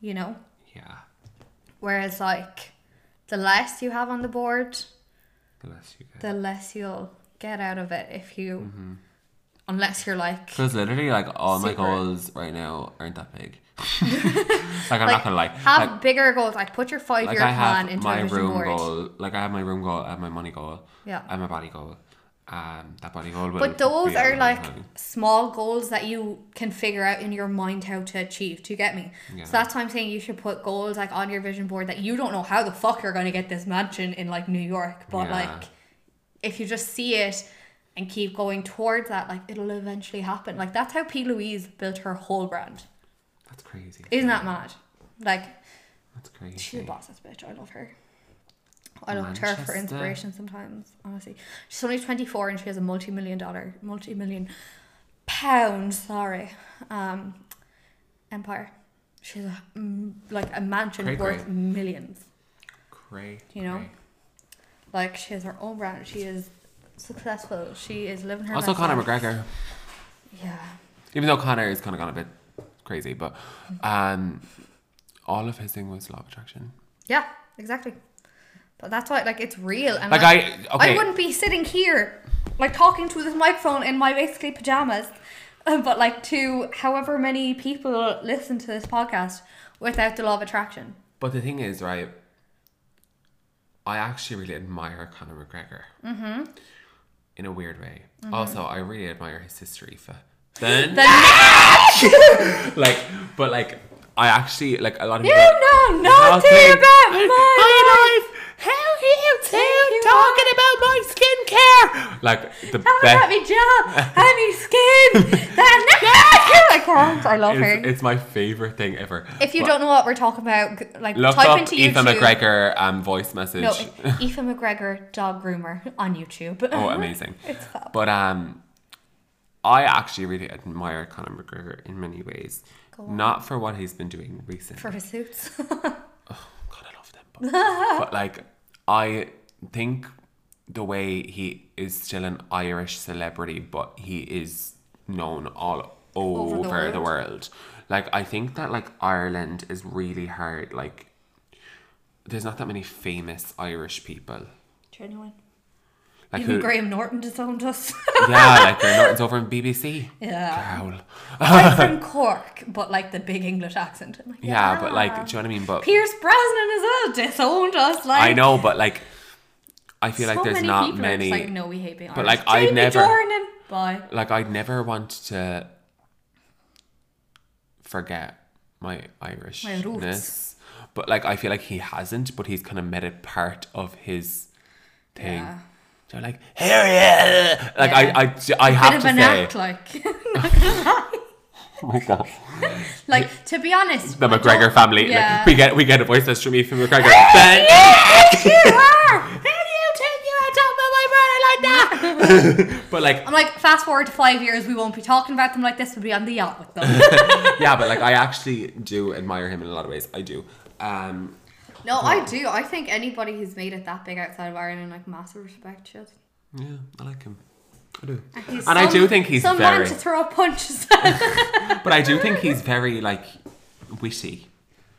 Speaker 1: you know.
Speaker 2: Yeah. Yeah.
Speaker 1: Whereas like the less you have on the board,
Speaker 2: Unless you get.
Speaker 1: the less you'll get out of it if you
Speaker 2: Mm-hmm.
Speaker 1: unless you're like
Speaker 2: Because literally, like, all my
Speaker 1: Super.
Speaker 2: goals right now aren't that big. like, I'm
Speaker 1: like
Speaker 2: not gonna lie.
Speaker 1: have
Speaker 2: like,
Speaker 1: bigger goals. Like put your five
Speaker 2: like
Speaker 1: year
Speaker 2: I
Speaker 1: plan
Speaker 2: have
Speaker 1: into
Speaker 2: my
Speaker 1: a vision
Speaker 2: room
Speaker 1: board.
Speaker 2: goal. Like, I have my room goal, I have my money goal,
Speaker 1: Yeah.
Speaker 2: I have my body goal. Um, that body goal. will
Speaker 1: But those
Speaker 2: be out
Speaker 1: are
Speaker 2: in
Speaker 1: like
Speaker 2: time.
Speaker 1: small goals that you can figure out in your mind how to achieve. Do you get me?
Speaker 2: Yeah.
Speaker 1: So that's why I'm saying you should put goals like on your vision board that you don't know how the fuck you're gonna get this mansion in like New York, but
Speaker 2: Yeah.
Speaker 1: like if you just see it and keep going towards that, like it'll eventually happen. Like that's how P. Louise built her whole brand.
Speaker 2: That's crazy.
Speaker 1: Isn't that mad? Like
Speaker 2: That's crazy.
Speaker 1: she's a boss's bitch. I love her. I look to her for
Speaker 2: Manchester.
Speaker 1: inspiration sometimes, honestly. She's only 24 and she has a multi million dollar, multi million pound, sorry, um, empire. She's a, mm, like a mansion
Speaker 2: Cray
Speaker 1: worth
Speaker 2: cray.
Speaker 1: millions.
Speaker 2: Cray.
Speaker 1: You know?
Speaker 2: cray.
Speaker 1: Like, she has her own brand. She is successful. She is living her
Speaker 2: Also,
Speaker 1: best
Speaker 2: Conor
Speaker 1: life.
Speaker 2: McGregor.
Speaker 1: Yeah.
Speaker 2: Even though Conor is kind of gone a bit crazy, but um, all of his thing was law of attraction.
Speaker 1: Yeah, exactly. But that's why, like, it's real. And
Speaker 2: Like
Speaker 1: like,
Speaker 2: I, okay,
Speaker 1: Uh-huh. I wouldn't be sitting here, like talking to this microphone in my basically pajamas, uh, but like to however many people listen to this podcast without the law of attraction.
Speaker 2: But the thing is, right? I actually really admire Conor McGregor. Mm-hmm. In a weird way.
Speaker 1: Mm-hmm.
Speaker 2: Also, I really admire his sister Aoife. Then, like, but like, I actually like a lot of
Speaker 1: You
Speaker 2: people.
Speaker 1: know nothing about my.
Speaker 2: my life. How you two talking about my skincare? Like
Speaker 1: Tell
Speaker 2: the
Speaker 1: me about
Speaker 2: best.
Speaker 1: me job, and me skin, that I can't. I love
Speaker 2: It's,
Speaker 1: her.
Speaker 2: it's my favorite thing ever.
Speaker 1: If you
Speaker 2: But
Speaker 1: don't know what we're talking about, g- like
Speaker 2: look
Speaker 1: type
Speaker 2: up
Speaker 1: into
Speaker 2: Aoife
Speaker 1: YouTube.
Speaker 2: McGregor um, voice message.
Speaker 1: No, Ethan McGregor dog groomer on YouTube.
Speaker 2: Oh, amazing.
Speaker 1: It's fab.
Speaker 2: But um, I actually really admire Conor McGregor in many ways. Not for what he's been doing recently.
Speaker 1: for his suits.
Speaker 2: God, I love them. But, but like, I think the way he is still an Irish celebrity, but he is known all over,
Speaker 1: the
Speaker 2: the, world. Like, I think that like Ireland is really hard. Like, there's not that many famous Irish people.
Speaker 1: Genuine.
Speaker 2: Like
Speaker 1: Even Graham Norton disowned us.
Speaker 2: yeah, like they're not. It's over in BBC.
Speaker 1: yeah.
Speaker 2: Growl.
Speaker 1: I'm from Cork, but like the big English accent. I'm like, "Ah,
Speaker 2: Yeah, but like, do you know what I mean? But
Speaker 1: Pierce Brosnan as well disowned us. Like
Speaker 2: I know, but like, I feel
Speaker 1: so
Speaker 2: like there's
Speaker 1: many
Speaker 2: not
Speaker 1: people are just
Speaker 2: many.
Speaker 1: like, no, we hate being
Speaker 2: but,
Speaker 1: Irish.
Speaker 2: like, I've
Speaker 1: Jamie
Speaker 2: never-
Speaker 1: Dornan. Bye.
Speaker 2: Like, I'd never want to forget my Irishness. But like, I feel like he hasn't. But he's kind of made it part of his thing.
Speaker 1: Yeah.
Speaker 2: So like, here he is. Like
Speaker 1: Yeah.
Speaker 2: I, I, I have
Speaker 1: Bit of
Speaker 2: to
Speaker 1: an
Speaker 2: say,
Speaker 1: act, like,
Speaker 2: oh my god,
Speaker 1: like to be honest,
Speaker 2: the
Speaker 1: I
Speaker 2: McGregor
Speaker 1: don't-
Speaker 2: family.
Speaker 1: Yeah.
Speaker 2: Like, we get we get a voice message from Ethan McGregor. Ben,
Speaker 1: you are. How do you take you out of my brother like that?
Speaker 2: but like,
Speaker 1: I'm like, fast forward to five years, we won't be talking about them like this. We'll be on the yacht with them.
Speaker 2: yeah, but like I actually do admire him in a lot of ways. I do. Um,
Speaker 1: No, I do. I think anybody who's made it that big outside of Ireland, like massive respect, should.
Speaker 2: yeah, I like him. I do.
Speaker 1: And, he's
Speaker 2: And I do think he's
Speaker 1: some
Speaker 2: very-
Speaker 1: man to throw punches.
Speaker 2: But I do think he's very like witty.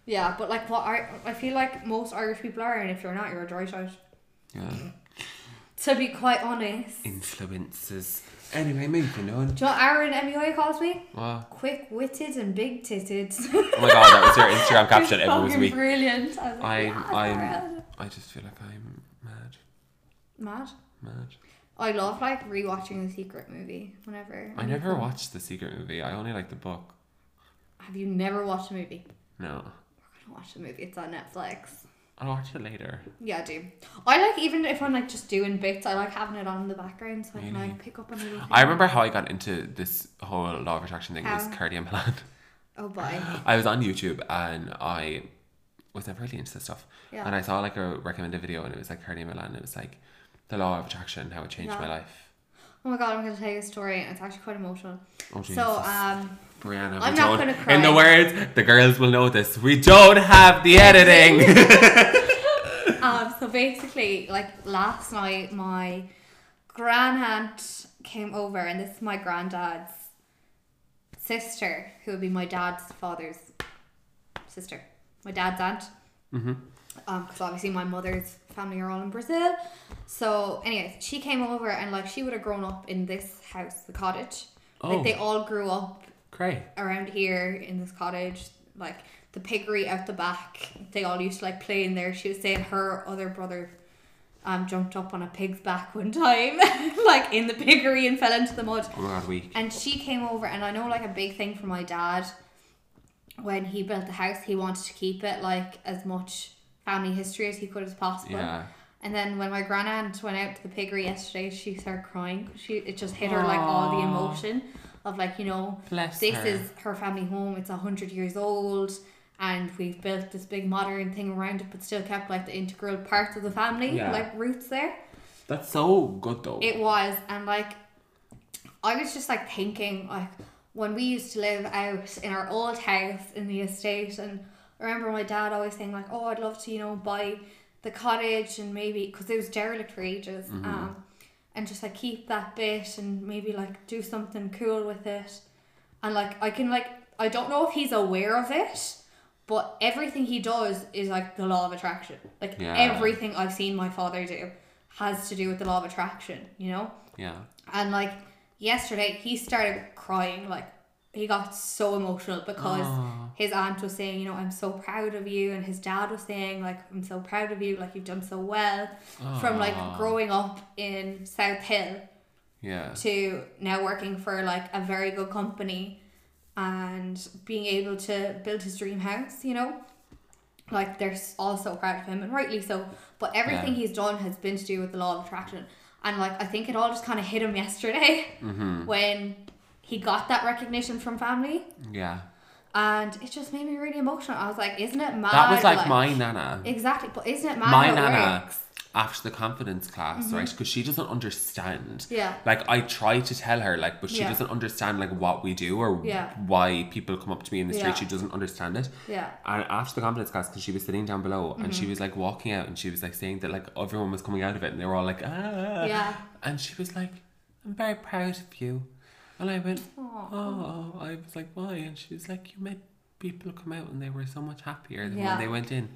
Speaker 1: yeah, but like what I I feel like most Irish people are, and if you're not, you're a dry shite.
Speaker 2: Yeah.
Speaker 1: To be quite honest,
Speaker 2: Mm.
Speaker 1: do
Speaker 2: Influences. Anyway, moving on.
Speaker 1: you know what Aaron MUA calls me?
Speaker 2: Wow.
Speaker 1: Quick witted and big titted.
Speaker 2: Oh my god, that was your Instagram caption. It was
Speaker 1: Fucking
Speaker 2: me.
Speaker 1: brilliant. I was like,
Speaker 2: I'm.
Speaker 1: "Yes,
Speaker 2: I'm.
Speaker 1: Aaron."
Speaker 2: I just feel like I'm mad.
Speaker 1: mad.
Speaker 2: Mad.
Speaker 1: I love like rewatching the Secret movie whenever.
Speaker 2: I
Speaker 1: I'm
Speaker 2: never
Speaker 1: like,
Speaker 2: watched the secret movie. I only like the book.
Speaker 1: Have you never watched a movie? We're
Speaker 2: No.
Speaker 1: gonna watch the movie. It's on Netflix.
Speaker 2: I'll watch it later.
Speaker 1: Yeah, I do. I like even if I'm like just doing bits, I like having it on in the background so I can
Speaker 2: Really?
Speaker 1: like pick up on anything.
Speaker 2: I remember how I got into this whole law of attraction thing was
Speaker 1: How?
Speaker 2: Cardi and Milan.
Speaker 1: Oh boy.
Speaker 2: I was on YouTube and I was never really into this stuff.
Speaker 1: Yeah.
Speaker 2: And I saw like a recommended video and it was like Cardi Milan and it was like the law of attraction, how it changed
Speaker 1: Yeah.
Speaker 2: my life.
Speaker 1: Oh my god, I'm gonna tell you a story and it's actually quite emotional.
Speaker 2: Oh Jesus.
Speaker 1: so um
Speaker 2: Brianna,
Speaker 1: I'm
Speaker 2: we
Speaker 1: not
Speaker 2: don't-
Speaker 1: gonna cry.
Speaker 2: In the words, the girls will know this. We don't have the editing.
Speaker 1: um so basically like last night my grand aunt came over and this is my granddad's sister, who would be my dad's father's sister. my dad's aunt.
Speaker 2: Mm-hmm.
Speaker 1: Um, because obviously my mother's family are all in Brazil. So, anyways, she came over and like she would have grown up in this house, the cottage.
Speaker 2: Oh.
Speaker 1: Like they all grew up
Speaker 2: Great.
Speaker 1: around here in this cottage, like the piggery out the back. They all used to like play in there. She was saying her other brother um jumped up on a pig's back one time, like in the piggery and fell into the mud.
Speaker 2: Oh my god, we.
Speaker 1: And she came over, and I know like a big thing for my dad when he built the house, he wanted to keep it like as much family history as he could as possible.
Speaker 2: Yeah.
Speaker 1: And then when my grand aunt went out to the piggery yesterday, she started crying. She it just hit her like all the emotion of like you know
Speaker 2: Bless
Speaker 1: this
Speaker 2: her.
Speaker 1: is her family home. It's a hundred years old, and we've built this big modern thing around it, but still kept like the integral parts of the family
Speaker 2: Yeah.
Speaker 1: like roots there.
Speaker 2: That's so good though.
Speaker 1: It was, and like, I was just like thinking, like, when we used to live out in our old house in the estate, and I remember my dad always saying, like, oh, I'd love to, you know, buy the cottage and maybe, because it was derelict for ages, um, and just like keep that bit and maybe like do something cool with it. And like, I can, like, I don't know if he's aware of it. But everything he does is like the law of attraction. Like
Speaker 2: Yeah.
Speaker 1: everything I've seen my father do has to do with the law of attraction, you know?
Speaker 2: yeah.
Speaker 1: And like yesterday, he started crying. Like he got so emotional because his aunt was saying, you know, I'm so proud of you, and his dad was saying, like, I'm so proud of you, like you've done so well from like growing up in South Hill
Speaker 2: Yeah.
Speaker 1: to now working for like a very good company and being able to build his dream house, you know. Like they're s- all so proud of him and rightly so. But everything
Speaker 2: Yeah.
Speaker 1: he's done has been to do with the law of attraction. And like I think it all just kinda hit him yesterday
Speaker 2: Mm-hmm.
Speaker 1: when he got that recognition from family.
Speaker 2: Yeah.
Speaker 1: And it just made me really emotional. I was like, isn't it mad?
Speaker 2: That was like, my nana.
Speaker 1: Exactly. But isn't it mad?
Speaker 2: my
Speaker 1: how it
Speaker 2: nana
Speaker 1: works? Mm-hmm.
Speaker 2: after the confidence class, right? Because she doesn't understand.
Speaker 1: Yeah.
Speaker 2: Like I try to tell her, like, but she
Speaker 1: Yeah.
Speaker 2: doesn't understand like what we do or
Speaker 1: Yeah.
Speaker 2: why people come up to me in the street.
Speaker 1: Yeah.
Speaker 2: She doesn't understand it.
Speaker 1: Yeah.
Speaker 2: And after the confidence class, because she was sitting down below and
Speaker 1: Mm-hmm.
Speaker 2: she was like walking out and she was like saying that like everyone was coming out of it and they were all like ah.
Speaker 1: Yeah.
Speaker 2: And she was like, I'm very proud of you. And I went, oh, I was like, why? And she was like, you made people come out and they were so much happier than
Speaker 1: Yeah.
Speaker 2: when they went in.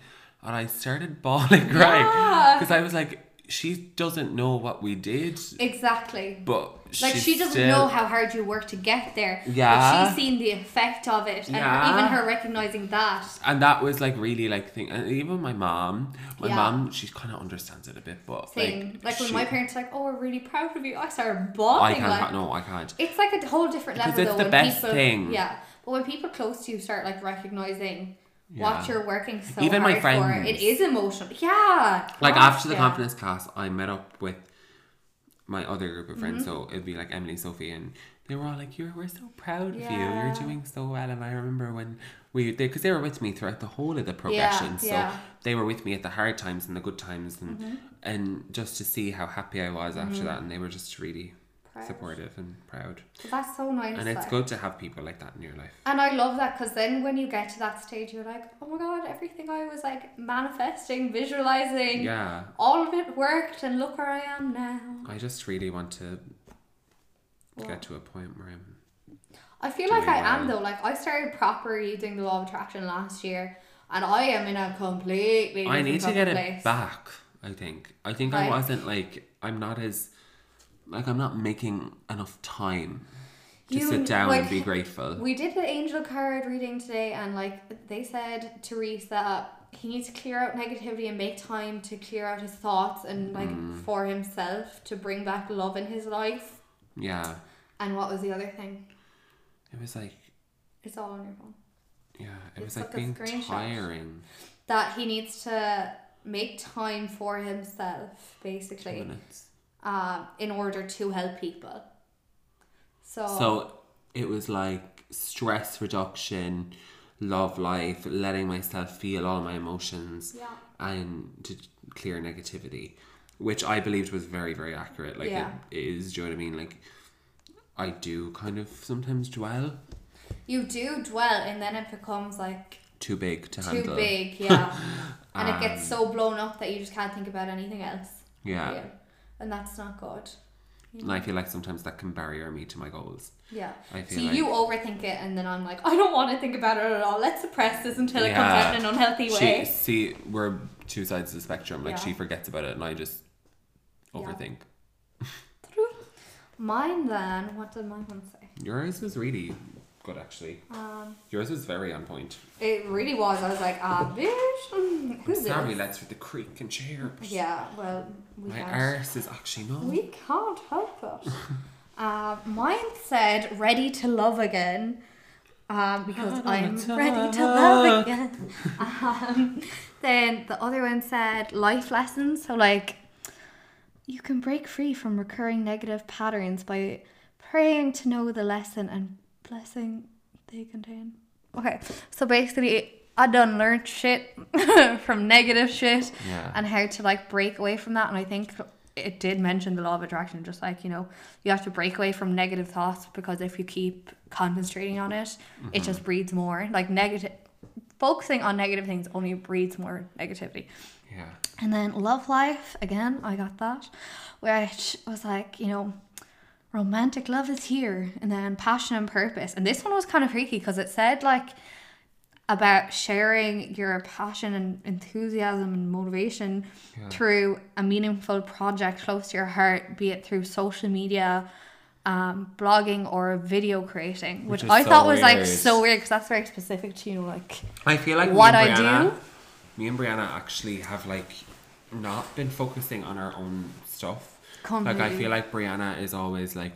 Speaker 2: And I started bawling crying
Speaker 1: Yeah.
Speaker 2: because I was like, she doesn't know what we did,
Speaker 1: Exactly.
Speaker 2: but
Speaker 1: Like she doesn't
Speaker 2: still-
Speaker 1: know how hard you work to get there. But
Speaker 2: Yeah.
Speaker 1: she's seen the effect of it, and
Speaker 2: Yeah.
Speaker 1: even her recognizing that.
Speaker 2: And that was like really like thing. And even my mom, my
Speaker 1: Yeah.
Speaker 2: mom, she kind of understands it a bit, but
Speaker 1: Thing. Like, when
Speaker 2: she-
Speaker 1: my parents are like, "Oh, we're really proud of you," I start
Speaker 2: I
Speaker 1: bawling.
Speaker 2: can't.
Speaker 1: like,
Speaker 2: no, I can't.
Speaker 1: it's like a whole different
Speaker 2: Because
Speaker 1: level.
Speaker 2: it's
Speaker 1: though,
Speaker 2: the
Speaker 1: when
Speaker 2: best
Speaker 1: people,
Speaker 2: thing.
Speaker 1: Yeah, but when people close to you start like recognizing
Speaker 2: Yeah.
Speaker 1: what you're working so
Speaker 2: Even my
Speaker 1: hard for, it
Speaker 2: friends.
Speaker 1: is emotional. Yeah.
Speaker 2: Like after the
Speaker 1: yeah.
Speaker 2: confidence class, I met up with my other group of friends.
Speaker 1: Mm-hmm.
Speaker 2: So it'd be like Emily, Sophie, and they were all like, "You're we're so proud
Speaker 1: Yeah.
Speaker 2: of you. You're doing so well." And I remember when we they because they were with me throughout the whole of the progression. so
Speaker 1: yeah. Mm-hmm.
Speaker 2: they were with me at the hard times and the good times, and and just to see how happy I was after that, and they were just really
Speaker 1: Proud.
Speaker 2: supportive and proud.
Speaker 1: That's so nice.
Speaker 2: And it's
Speaker 1: like.
Speaker 2: good to have people like that in your life.
Speaker 1: And I love that because then when you get to that stage, you're like, oh my god, everything I was like manifesting, visualizing,
Speaker 2: Yeah.
Speaker 1: all of it worked, and look where I am now.
Speaker 2: I just really want to
Speaker 1: Well.
Speaker 2: get to a point where I'm
Speaker 1: I feel like
Speaker 2: Doing
Speaker 1: I am
Speaker 2: well.
Speaker 1: though. Like I started properly doing the law of attraction last year, and I am in a completely
Speaker 2: I
Speaker 1: different
Speaker 2: need to get
Speaker 1: place.
Speaker 2: it back. I think. I think I
Speaker 1: Like-
Speaker 2: wasn't like I'm not as like I'm not making enough time to
Speaker 1: You-
Speaker 2: sit down and
Speaker 1: like,
Speaker 2: be grateful.
Speaker 1: We did the angel card reading today, and like they said to Reese that he needs to clear out negativity and make time to clear out his thoughts and like
Speaker 2: Mm.
Speaker 1: for himself to bring back love in his life.
Speaker 2: yeah,
Speaker 1: And what was the other thing?
Speaker 2: it was like
Speaker 1: It's all on your phone.
Speaker 2: yeah, it
Speaker 1: You
Speaker 2: was
Speaker 1: took
Speaker 2: like
Speaker 1: a
Speaker 2: being
Speaker 1: screenshot.
Speaker 2: tiring.
Speaker 1: That he needs to make time for himself, basically,
Speaker 2: Minutes.
Speaker 1: um, in order to help people. So,
Speaker 2: So it was like stress reduction, love life, letting myself feel all my emotions,
Speaker 1: Yeah.
Speaker 2: and to clear negativity, which I believed was very very accurate. Like
Speaker 1: Yeah.
Speaker 2: it is. Do you know what I mean? Like I do kind of sometimes dwell
Speaker 1: you do dwell, and then it becomes like
Speaker 2: too big to
Speaker 1: too
Speaker 2: handle.
Speaker 1: big, yeah. and it gets so blown up that you just can't think about anything else.
Speaker 2: Yeah.
Speaker 1: And that's not good.
Speaker 2: And I feel like sometimes that can barrier me to my goals.
Speaker 1: Yeah.
Speaker 2: I
Speaker 1: So
Speaker 2: feel like
Speaker 1: you overthink it, and then I'm like, I don't want to think about it at all. Let's suppress this until it comes
Speaker 2: Yeah.
Speaker 1: out in an unhealthy
Speaker 2: she,
Speaker 1: way.
Speaker 2: see, we're two sides of the spectrum. Like
Speaker 1: Yeah.
Speaker 2: she forgets about it, and I just
Speaker 1: Yeah.
Speaker 2: overthink.
Speaker 1: Mine then, what did mine one say?
Speaker 2: Yours was really good, actually.
Speaker 1: Um,
Speaker 2: Yours was very on point.
Speaker 1: it really was. I was like, ah, bitch, who's this?
Speaker 2: Sorry, let's with the creak and chair.
Speaker 1: Yeah, well, we
Speaker 2: My
Speaker 1: had-
Speaker 2: arse is actually not.
Speaker 1: We can't help it. Uh, mine said ready to love again. Um, because
Speaker 2: I
Speaker 1: I'm
Speaker 2: don't wanna
Speaker 1: ready to love again. Um, then the other one said life lessons. So, like, you can break free from recurring negative patterns by praying to know the lesson and blessing they contain. Okay, so basically, I done learned shit from negative shit
Speaker 2: Yeah.
Speaker 5: And
Speaker 1: and how to like break away from that. And I think it did mention the law of attraction, just like, you know, you have to break away from negative thoughts because if you keep concentrating on it, it just breeds more. Like negative focusing on negative things only breeds more negativity.
Speaker 2: Yeah.
Speaker 1: And then love life, again, I got that, which was like, you know, romantic love is here, and then passion and purpose. And this one was kind of freaky because it said like about sharing your passion and enthusiasm and motivation
Speaker 2: Yeah.
Speaker 1: through a meaningful project close to your heart, be it through social media. Um, blogging or video creating, which,
Speaker 2: Which is
Speaker 1: I
Speaker 2: so
Speaker 1: thought was like
Speaker 2: weird.
Speaker 1: so weird because that's very specific to you, know, like
Speaker 2: I feel like
Speaker 1: What
Speaker 2: me
Speaker 1: I
Speaker 2: and Brianna,
Speaker 1: do?
Speaker 2: Me and Brianna actually have like not been focusing on our own stuff. Like I
Speaker 1: Completely.
Speaker 2: feel like Brianna is always like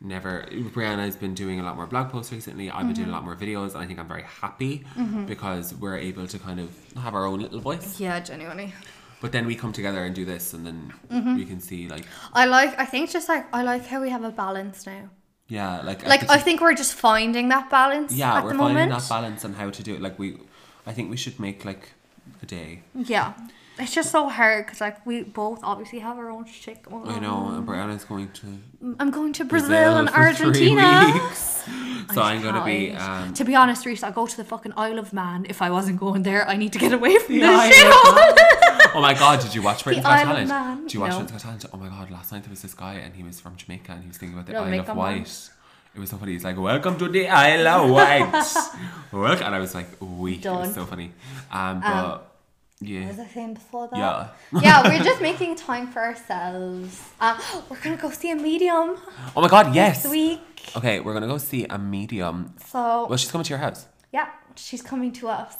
Speaker 2: never Brianna has been doing a lot more blog posts recently. I've been
Speaker 1: Mm-hmm.
Speaker 2: doing a lot more videos and I think I'm very happy because we're able to kind of have our own little voice.
Speaker 1: yeah, genuinely.
Speaker 2: But then we come together and do this and then
Speaker 1: Mm-hmm.
Speaker 2: we can see like
Speaker 1: I like. I think just like I like how we have a balance now.
Speaker 2: yeah, like at
Speaker 1: Like
Speaker 2: the
Speaker 1: I think we're just finding that balance.
Speaker 2: yeah,
Speaker 1: at
Speaker 2: we're
Speaker 1: the
Speaker 2: finding
Speaker 1: moment.
Speaker 2: that balance on how to do it. Like we I think we should make like a day.
Speaker 1: Yeah, it's just so hard because like we both obviously have our own shit going
Speaker 2: I
Speaker 1: on.
Speaker 2: know, and Brianna's going to
Speaker 1: I'm going to Brazil, and
Speaker 2: for three
Speaker 1: Argentina.
Speaker 2: weeks.
Speaker 1: I
Speaker 2: So
Speaker 1: just
Speaker 2: I'm gonna be.
Speaker 1: can't.
Speaker 2: Um,
Speaker 1: to be honest, Reese, I'd go to the fucking Isle of Man if I wasn't going there. I need to get away from
Speaker 2: Yeah, I
Speaker 1: this shit.
Speaker 2: oh my god! Did you watch Britain's Got
Speaker 1: Isle of
Speaker 2: Talent?
Speaker 1: Man.
Speaker 2: Do you watch
Speaker 1: No.
Speaker 2: Britain's Got Talent? Oh my god! Last night there was this guy and he was from Jamaica and he was thinking about the
Speaker 5: No,
Speaker 2: Isle
Speaker 5: make
Speaker 2: of
Speaker 5: them one.
Speaker 2: Wight. It was so funny. He's like, "Welcome to the Isle of Wight." Welcome, and I was like, "Weak." It
Speaker 5: Done.
Speaker 2: was so funny. Um, but yeah,
Speaker 1: Was I saying before that?
Speaker 2: yeah.
Speaker 1: yeah, we're just making time for ourselves. Um, we're gonna go see a medium
Speaker 2: Oh my god! Yes.
Speaker 1: this week.
Speaker 2: Okay, we're gonna go see a medium.
Speaker 1: So
Speaker 2: Well, she's coming to your house,
Speaker 1: yeah, she's coming to us.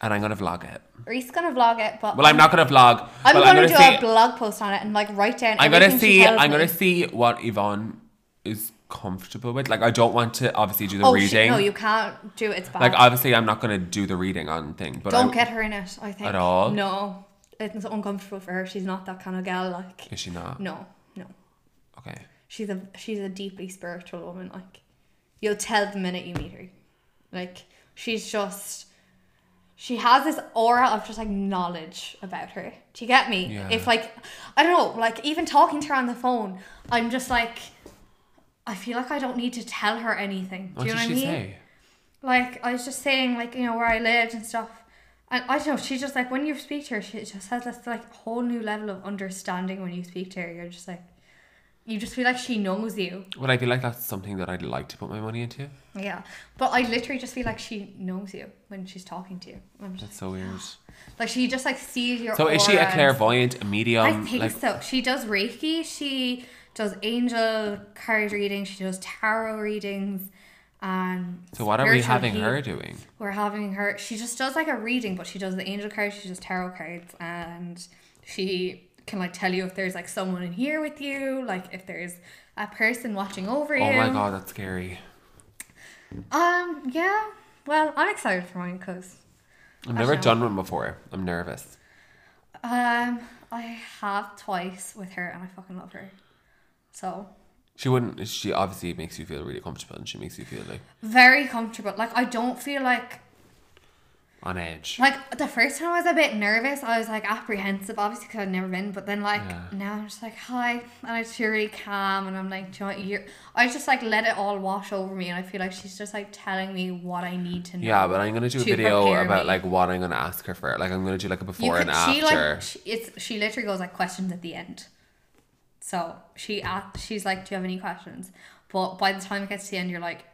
Speaker 2: and I'm gonna vlog it.
Speaker 1: Reese's gonna vlog it, but
Speaker 2: Well, I'm not gonna vlog.
Speaker 1: I'm
Speaker 2: but
Speaker 1: gonna, do
Speaker 2: see-
Speaker 1: a blog post on it and like write down.
Speaker 2: I'm gonna
Speaker 1: everything she
Speaker 2: see.
Speaker 1: tells
Speaker 2: I'm
Speaker 1: me.
Speaker 2: gonna see what Yvonne is comfortable with. Like, I don't want to obviously do the
Speaker 1: Oh shit,
Speaker 2: reading.
Speaker 1: no, you can't do it. It's bad.
Speaker 2: like, obviously, I'm not gonna do the reading on thing. But
Speaker 1: Don't
Speaker 2: I,
Speaker 1: get her in it. I think
Speaker 2: At all?
Speaker 1: No, it's uncomfortable for her. She's not that kind of gal. Like
Speaker 2: Is she not?
Speaker 1: no, no.
Speaker 2: Okay.
Speaker 1: She's a she's a deeply spiritual woman. Like you'll tell the minute you meet her. Like she's just she has this aura of just like knowledge about her. Do you get me?
Speaker 2: Yeah.
Speaker 1: If like I don't know, like even talking to her on the phone, I'm just like I feel like I don't need to tell her anything. Do
Speaker 2: What
Speaker 1: you
Speaker 2: did
Speaker 1: know
Speaker 2: she
Speaker 1: what I mean?
Speaker 2: say?
Speaker 1: Like I was just saying, like you know where I lived and stuff. And I don't know. She's just like when you speak to her, she just has this like whole new level of understanding when you speak to her. You're just like, you just feel like she knows you.
Speaker 2: Would I feel like that's something that I'd like to put my money into?
Speaker 1: Yeah, but I literally just feel like she knows you when she's talking to you. I'm just,
Speaker 2: That's so weird.
Speaker 1: like she just like sees your.
Speaker 2: So is she
Speaker 1: aura
Speaker 2: a
Speaker 1: and-
Speaker 2: clairvoyant, a medium?
Speaker 1: I think
Speaker 2: like,
Speaker 1: so. She does Reiki. She does angel card reading. She does tarot readings. And
Speaker 2: So what are we
Speaker 1: spiritual
Speaker 2: having her
Speaker 1: heal-
Speaker 2: doing?
Speaker 1: we're having her she just does like a reading but she does the angel cards she does tarot cards and she can like tell you if there's like someone in here with you like if there's a person watching over you
Speaker 2: Oh my god, that's scary.
Speaker 1: um yeah well i'm excited for mine because
Speaker 2: I've never
Speaker 1: know.
Speaker 2: done one before. I'm nervous.
Speaker 1: um i have twice with her and i fucking love her so
Speaker 2: She wouldn't. She obviously makes you feel really comfortable, and she makes you feel like
Speaker 1: very comfortable like i don't feel like
Speaker 2: on edge.
Speaker 1: Like the first time I was a bit nervous, I was like apprehensive, obviously because I'd never been. But then like
Speaker 2: Yeah.
Speaker 1: now I'm just like hi, and I just feel really calm, and I'm like, do you know what, you're... I just like let it all wash over me, and I feel like she's just like telling me what I need to know.
Speaker 2: Yeah, but I'm gonna do a
Speaker 1: to
Speaker 2: video
Speaker 1: prepare
Speaker 2: about
Speaker 1: me.
Speaker 2: like what I'm gonna ask her for. Like I'm gonna do like a
Speaker 1: you
Speaker 2: before
Speaker 1: could,
Speaker 2: and
Speaker 1: she
Speaker 2: after.
Speaker 1: like she, it's she literally goes like questions at the end. So she asked, she's like, "Do you have any questions?" But by the time it gets to the end, you're like,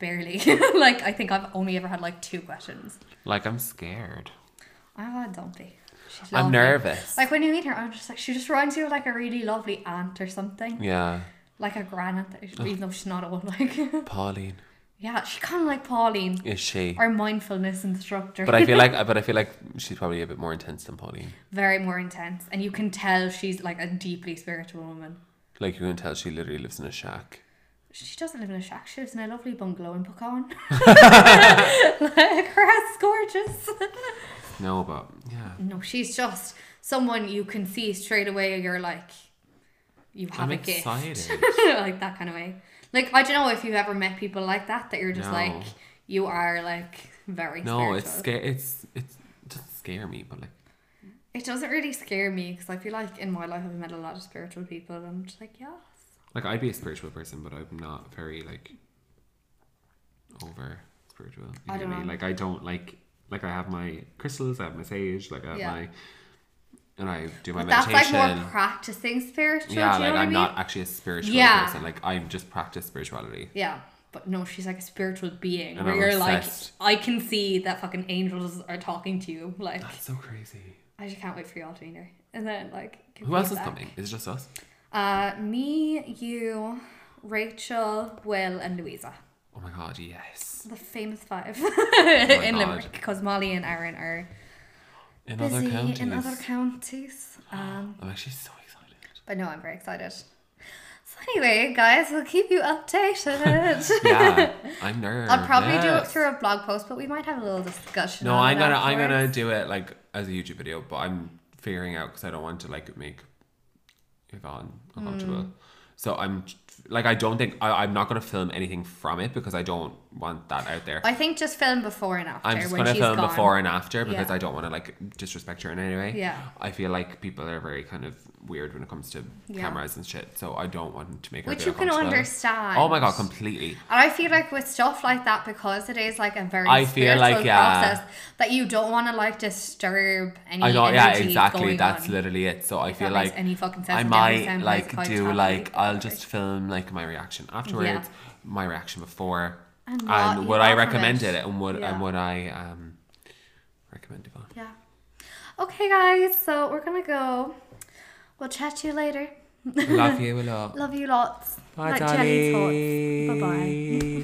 Speaker 1: barely. like I think I've only ever had like two questions.
Speaker 2: Like I'm scared.
Speaker 1: Oh, don't be. She's
Speaker 2: I'm
Speaker 1: lovely.
Speaker 2: nervous.
Speaker 1: Like when you meet her, I'm just like she just reminds you of like a really lovely aunt or something,
Speaker 2: yeah,
Speaker 1: like a grand, even though she's not a one. Like
Speaker 2: Pauline
Speaker 1: yeah, she kind of like Pauline,
Speaker 2: is she?
Speaker 1: our mindfulness instructor.
Speaker 2: But I feel like, but I feel like she's probably a bit more intense than Pauline.
Speaker 1: very more intense, and you can tell she's like a deeply spiritual woman.
Speaker 2: Like you can tell, she literally lives in a shack.
Speaker 1: She doesn't live in a shack. She lives in a lovely bungalow in Pecan. like her house is gorgeous.
Speaker 2: No, but yeah,
Speaker 1: No, she's just someone you can see straight away. You're like, you have
Speaker 2: I'm
Speaker 1: a
Speaker 2: excited.
Speaker 1: gift, like that kind of way. Like I don't know if you've ever met people like that that you're just
Speaker 2: No.
Speaker 1: like you are like very
Speaker 2: no, it's
Speaker 1: spiritual.
Speaker 2: scare. It's it's it doesn't scare me, but like
Speaker 1: it doesn't really scare me because I feel like in my life I've met a lot of spiritual people and I'm just like yeah
Speaker 2: like I'd be a spiritual person, but I'm not very like over spiritual. You
Speaker 1: I
Speaker 2: know
Speaker 1: don't
Speaker 2: what I mean?
Speaker 1: know.
Speaker 2: Like I don't like like I have my crystals, I have my sage, like I have
Speaker 1: Yeah.
Speaker 2: my and I do my
Speaker 1: but that's like
Speaker 2: meditation.
Speaker 1: more practicing spiritual
Speaker 2: yeah,
Speaker 1: do you know
Speaker 2: like
Speaker 1: what I
Speaker 2: I'm
Speaker 1: mean?
Speaker 2: not actually a spiritual
Speaker 1: Yeah.
Speaker 2: person. Like I'm just practice spirituality.
Speaker 1: yeah but no she's like a spiritual being
Speaker 2: And
Speaker 1: where
Speaker 2: I'm
Speaker 1: you're
Speaker 2: obsessed.
Speaker 1: like I can see that fucking angels are talking to you like
Speaker 2: That's so crazy.
Speaker 1: I just can't wait for y'all to meet her and then like give
Speaker 2: Who else is
Speaker 1: feedback.
Speaker 2: coming? Is it just us?
Speaker 1: Uh, me, you, Rachel, Will, and Louisa.
Speaker 2: Oh my god, yes.
Speaker 1: The famous five
Speaker 2: Oh God.
Speaker 1: in Limerick because Molly and Aaron are
Speaker 2: In
Speaker 1: busy
Speaker 2: other counties.
Speaker 1: in other counties. Um,
Speaker 2: I'm actually so excited.
Speaker 1: but no, I'm very excited. So anyway, guys, we'll keep you updated.
Speaker 2: Yeah. I'm nervous.
Speaker 1: I'll probably do it through a blog post, but we might have a little discussion.
Speaker 2: No,
Speaker 1: on
Speaker 2: I'm
Speaker 1: it
Speaker 2: gonna I'm gonna
Speaker 1: afterwards.
Speaker 2: do it like as a YouTube video, but I'm figuring out because I don't want to like make Yvonne uncomfortable.
Speaker 1: Mm.
Speaker 2: So I'm like I don't think I, I'm not gonna film anything from it because I don't want that out there.
Speaker 1: I think just film before and after
Speaker 2: I, am just
Speaker 1: when
Speaker 2: gonna
Speaker 1: she's
Speaker 2: film
Speaker 1: gone.
Speaker 2: before and after because
Speaker 1: Yeah.
Speaker 2: I don't want to like disrespect her in any way.
Speaker 1: Yeah.
Speaker 2: I feel like people are very kind of weird when it comes to
Speaker 1: Yeah.
Speaker 2: cameras and shit, so I don't want to make her
Speaker 1: Which
Speaker 2: feel
Speaker 1: you can
Speaker 2: uncomfortable.
Speaker 1: understand.
Speaker 2: Oh my god, completely.
Speaker 1: And I feel like with stuff like that, because it is like a very
Speaker 2: I feel
Speaker 1: spiritual
Speaker 2: like, yeah.
Speaker 1: process, that you don't want to like disturb any.
Speaker 2: I don't. Yeah,
Speaker 1: energy
Speaker 2: exactly.
Speaker 1: going
Speaker 2: That's
Speaker 1: on.
Speaker 2: literally it. So I
Speaker 1: If
Speaker 2: feel
Speaker 1: that makes
Speaker 2: like
Speaker 1: any fucking sense.
Speaker 2: I
Speaker 1: It definitely
Speaker 2: might
Speaker 1: sounds
Speaker 2: like
Speaker 1: quite
Speaker 2: do
Speaker 1: tacky,
Speaker 2: like I'll
Speaker 1: but-
Speaker 2: just film like my reaction afterwards, my reaction before,
Speaker 1: And
Speaker 2: and,
Speaker 1: what you
Speaker 2: would I
Speaker 1: got from
Speaker 2: recommend
Speaker 1: it.
Speaker 2: it, and would
Speaker 1: Yeah.
Speaker 2: and would I um recommend Yvonne?
Speaker 1: Yeah. Okay, guys. So we're gonna go. We'll chat to you later.
Speaker 2: Love you a lot.
Speaker 1: Love you lots.
Speaker 2: Bye,
Speaker 1: like jelly tots. Bye bye.
Speaker 2: darling.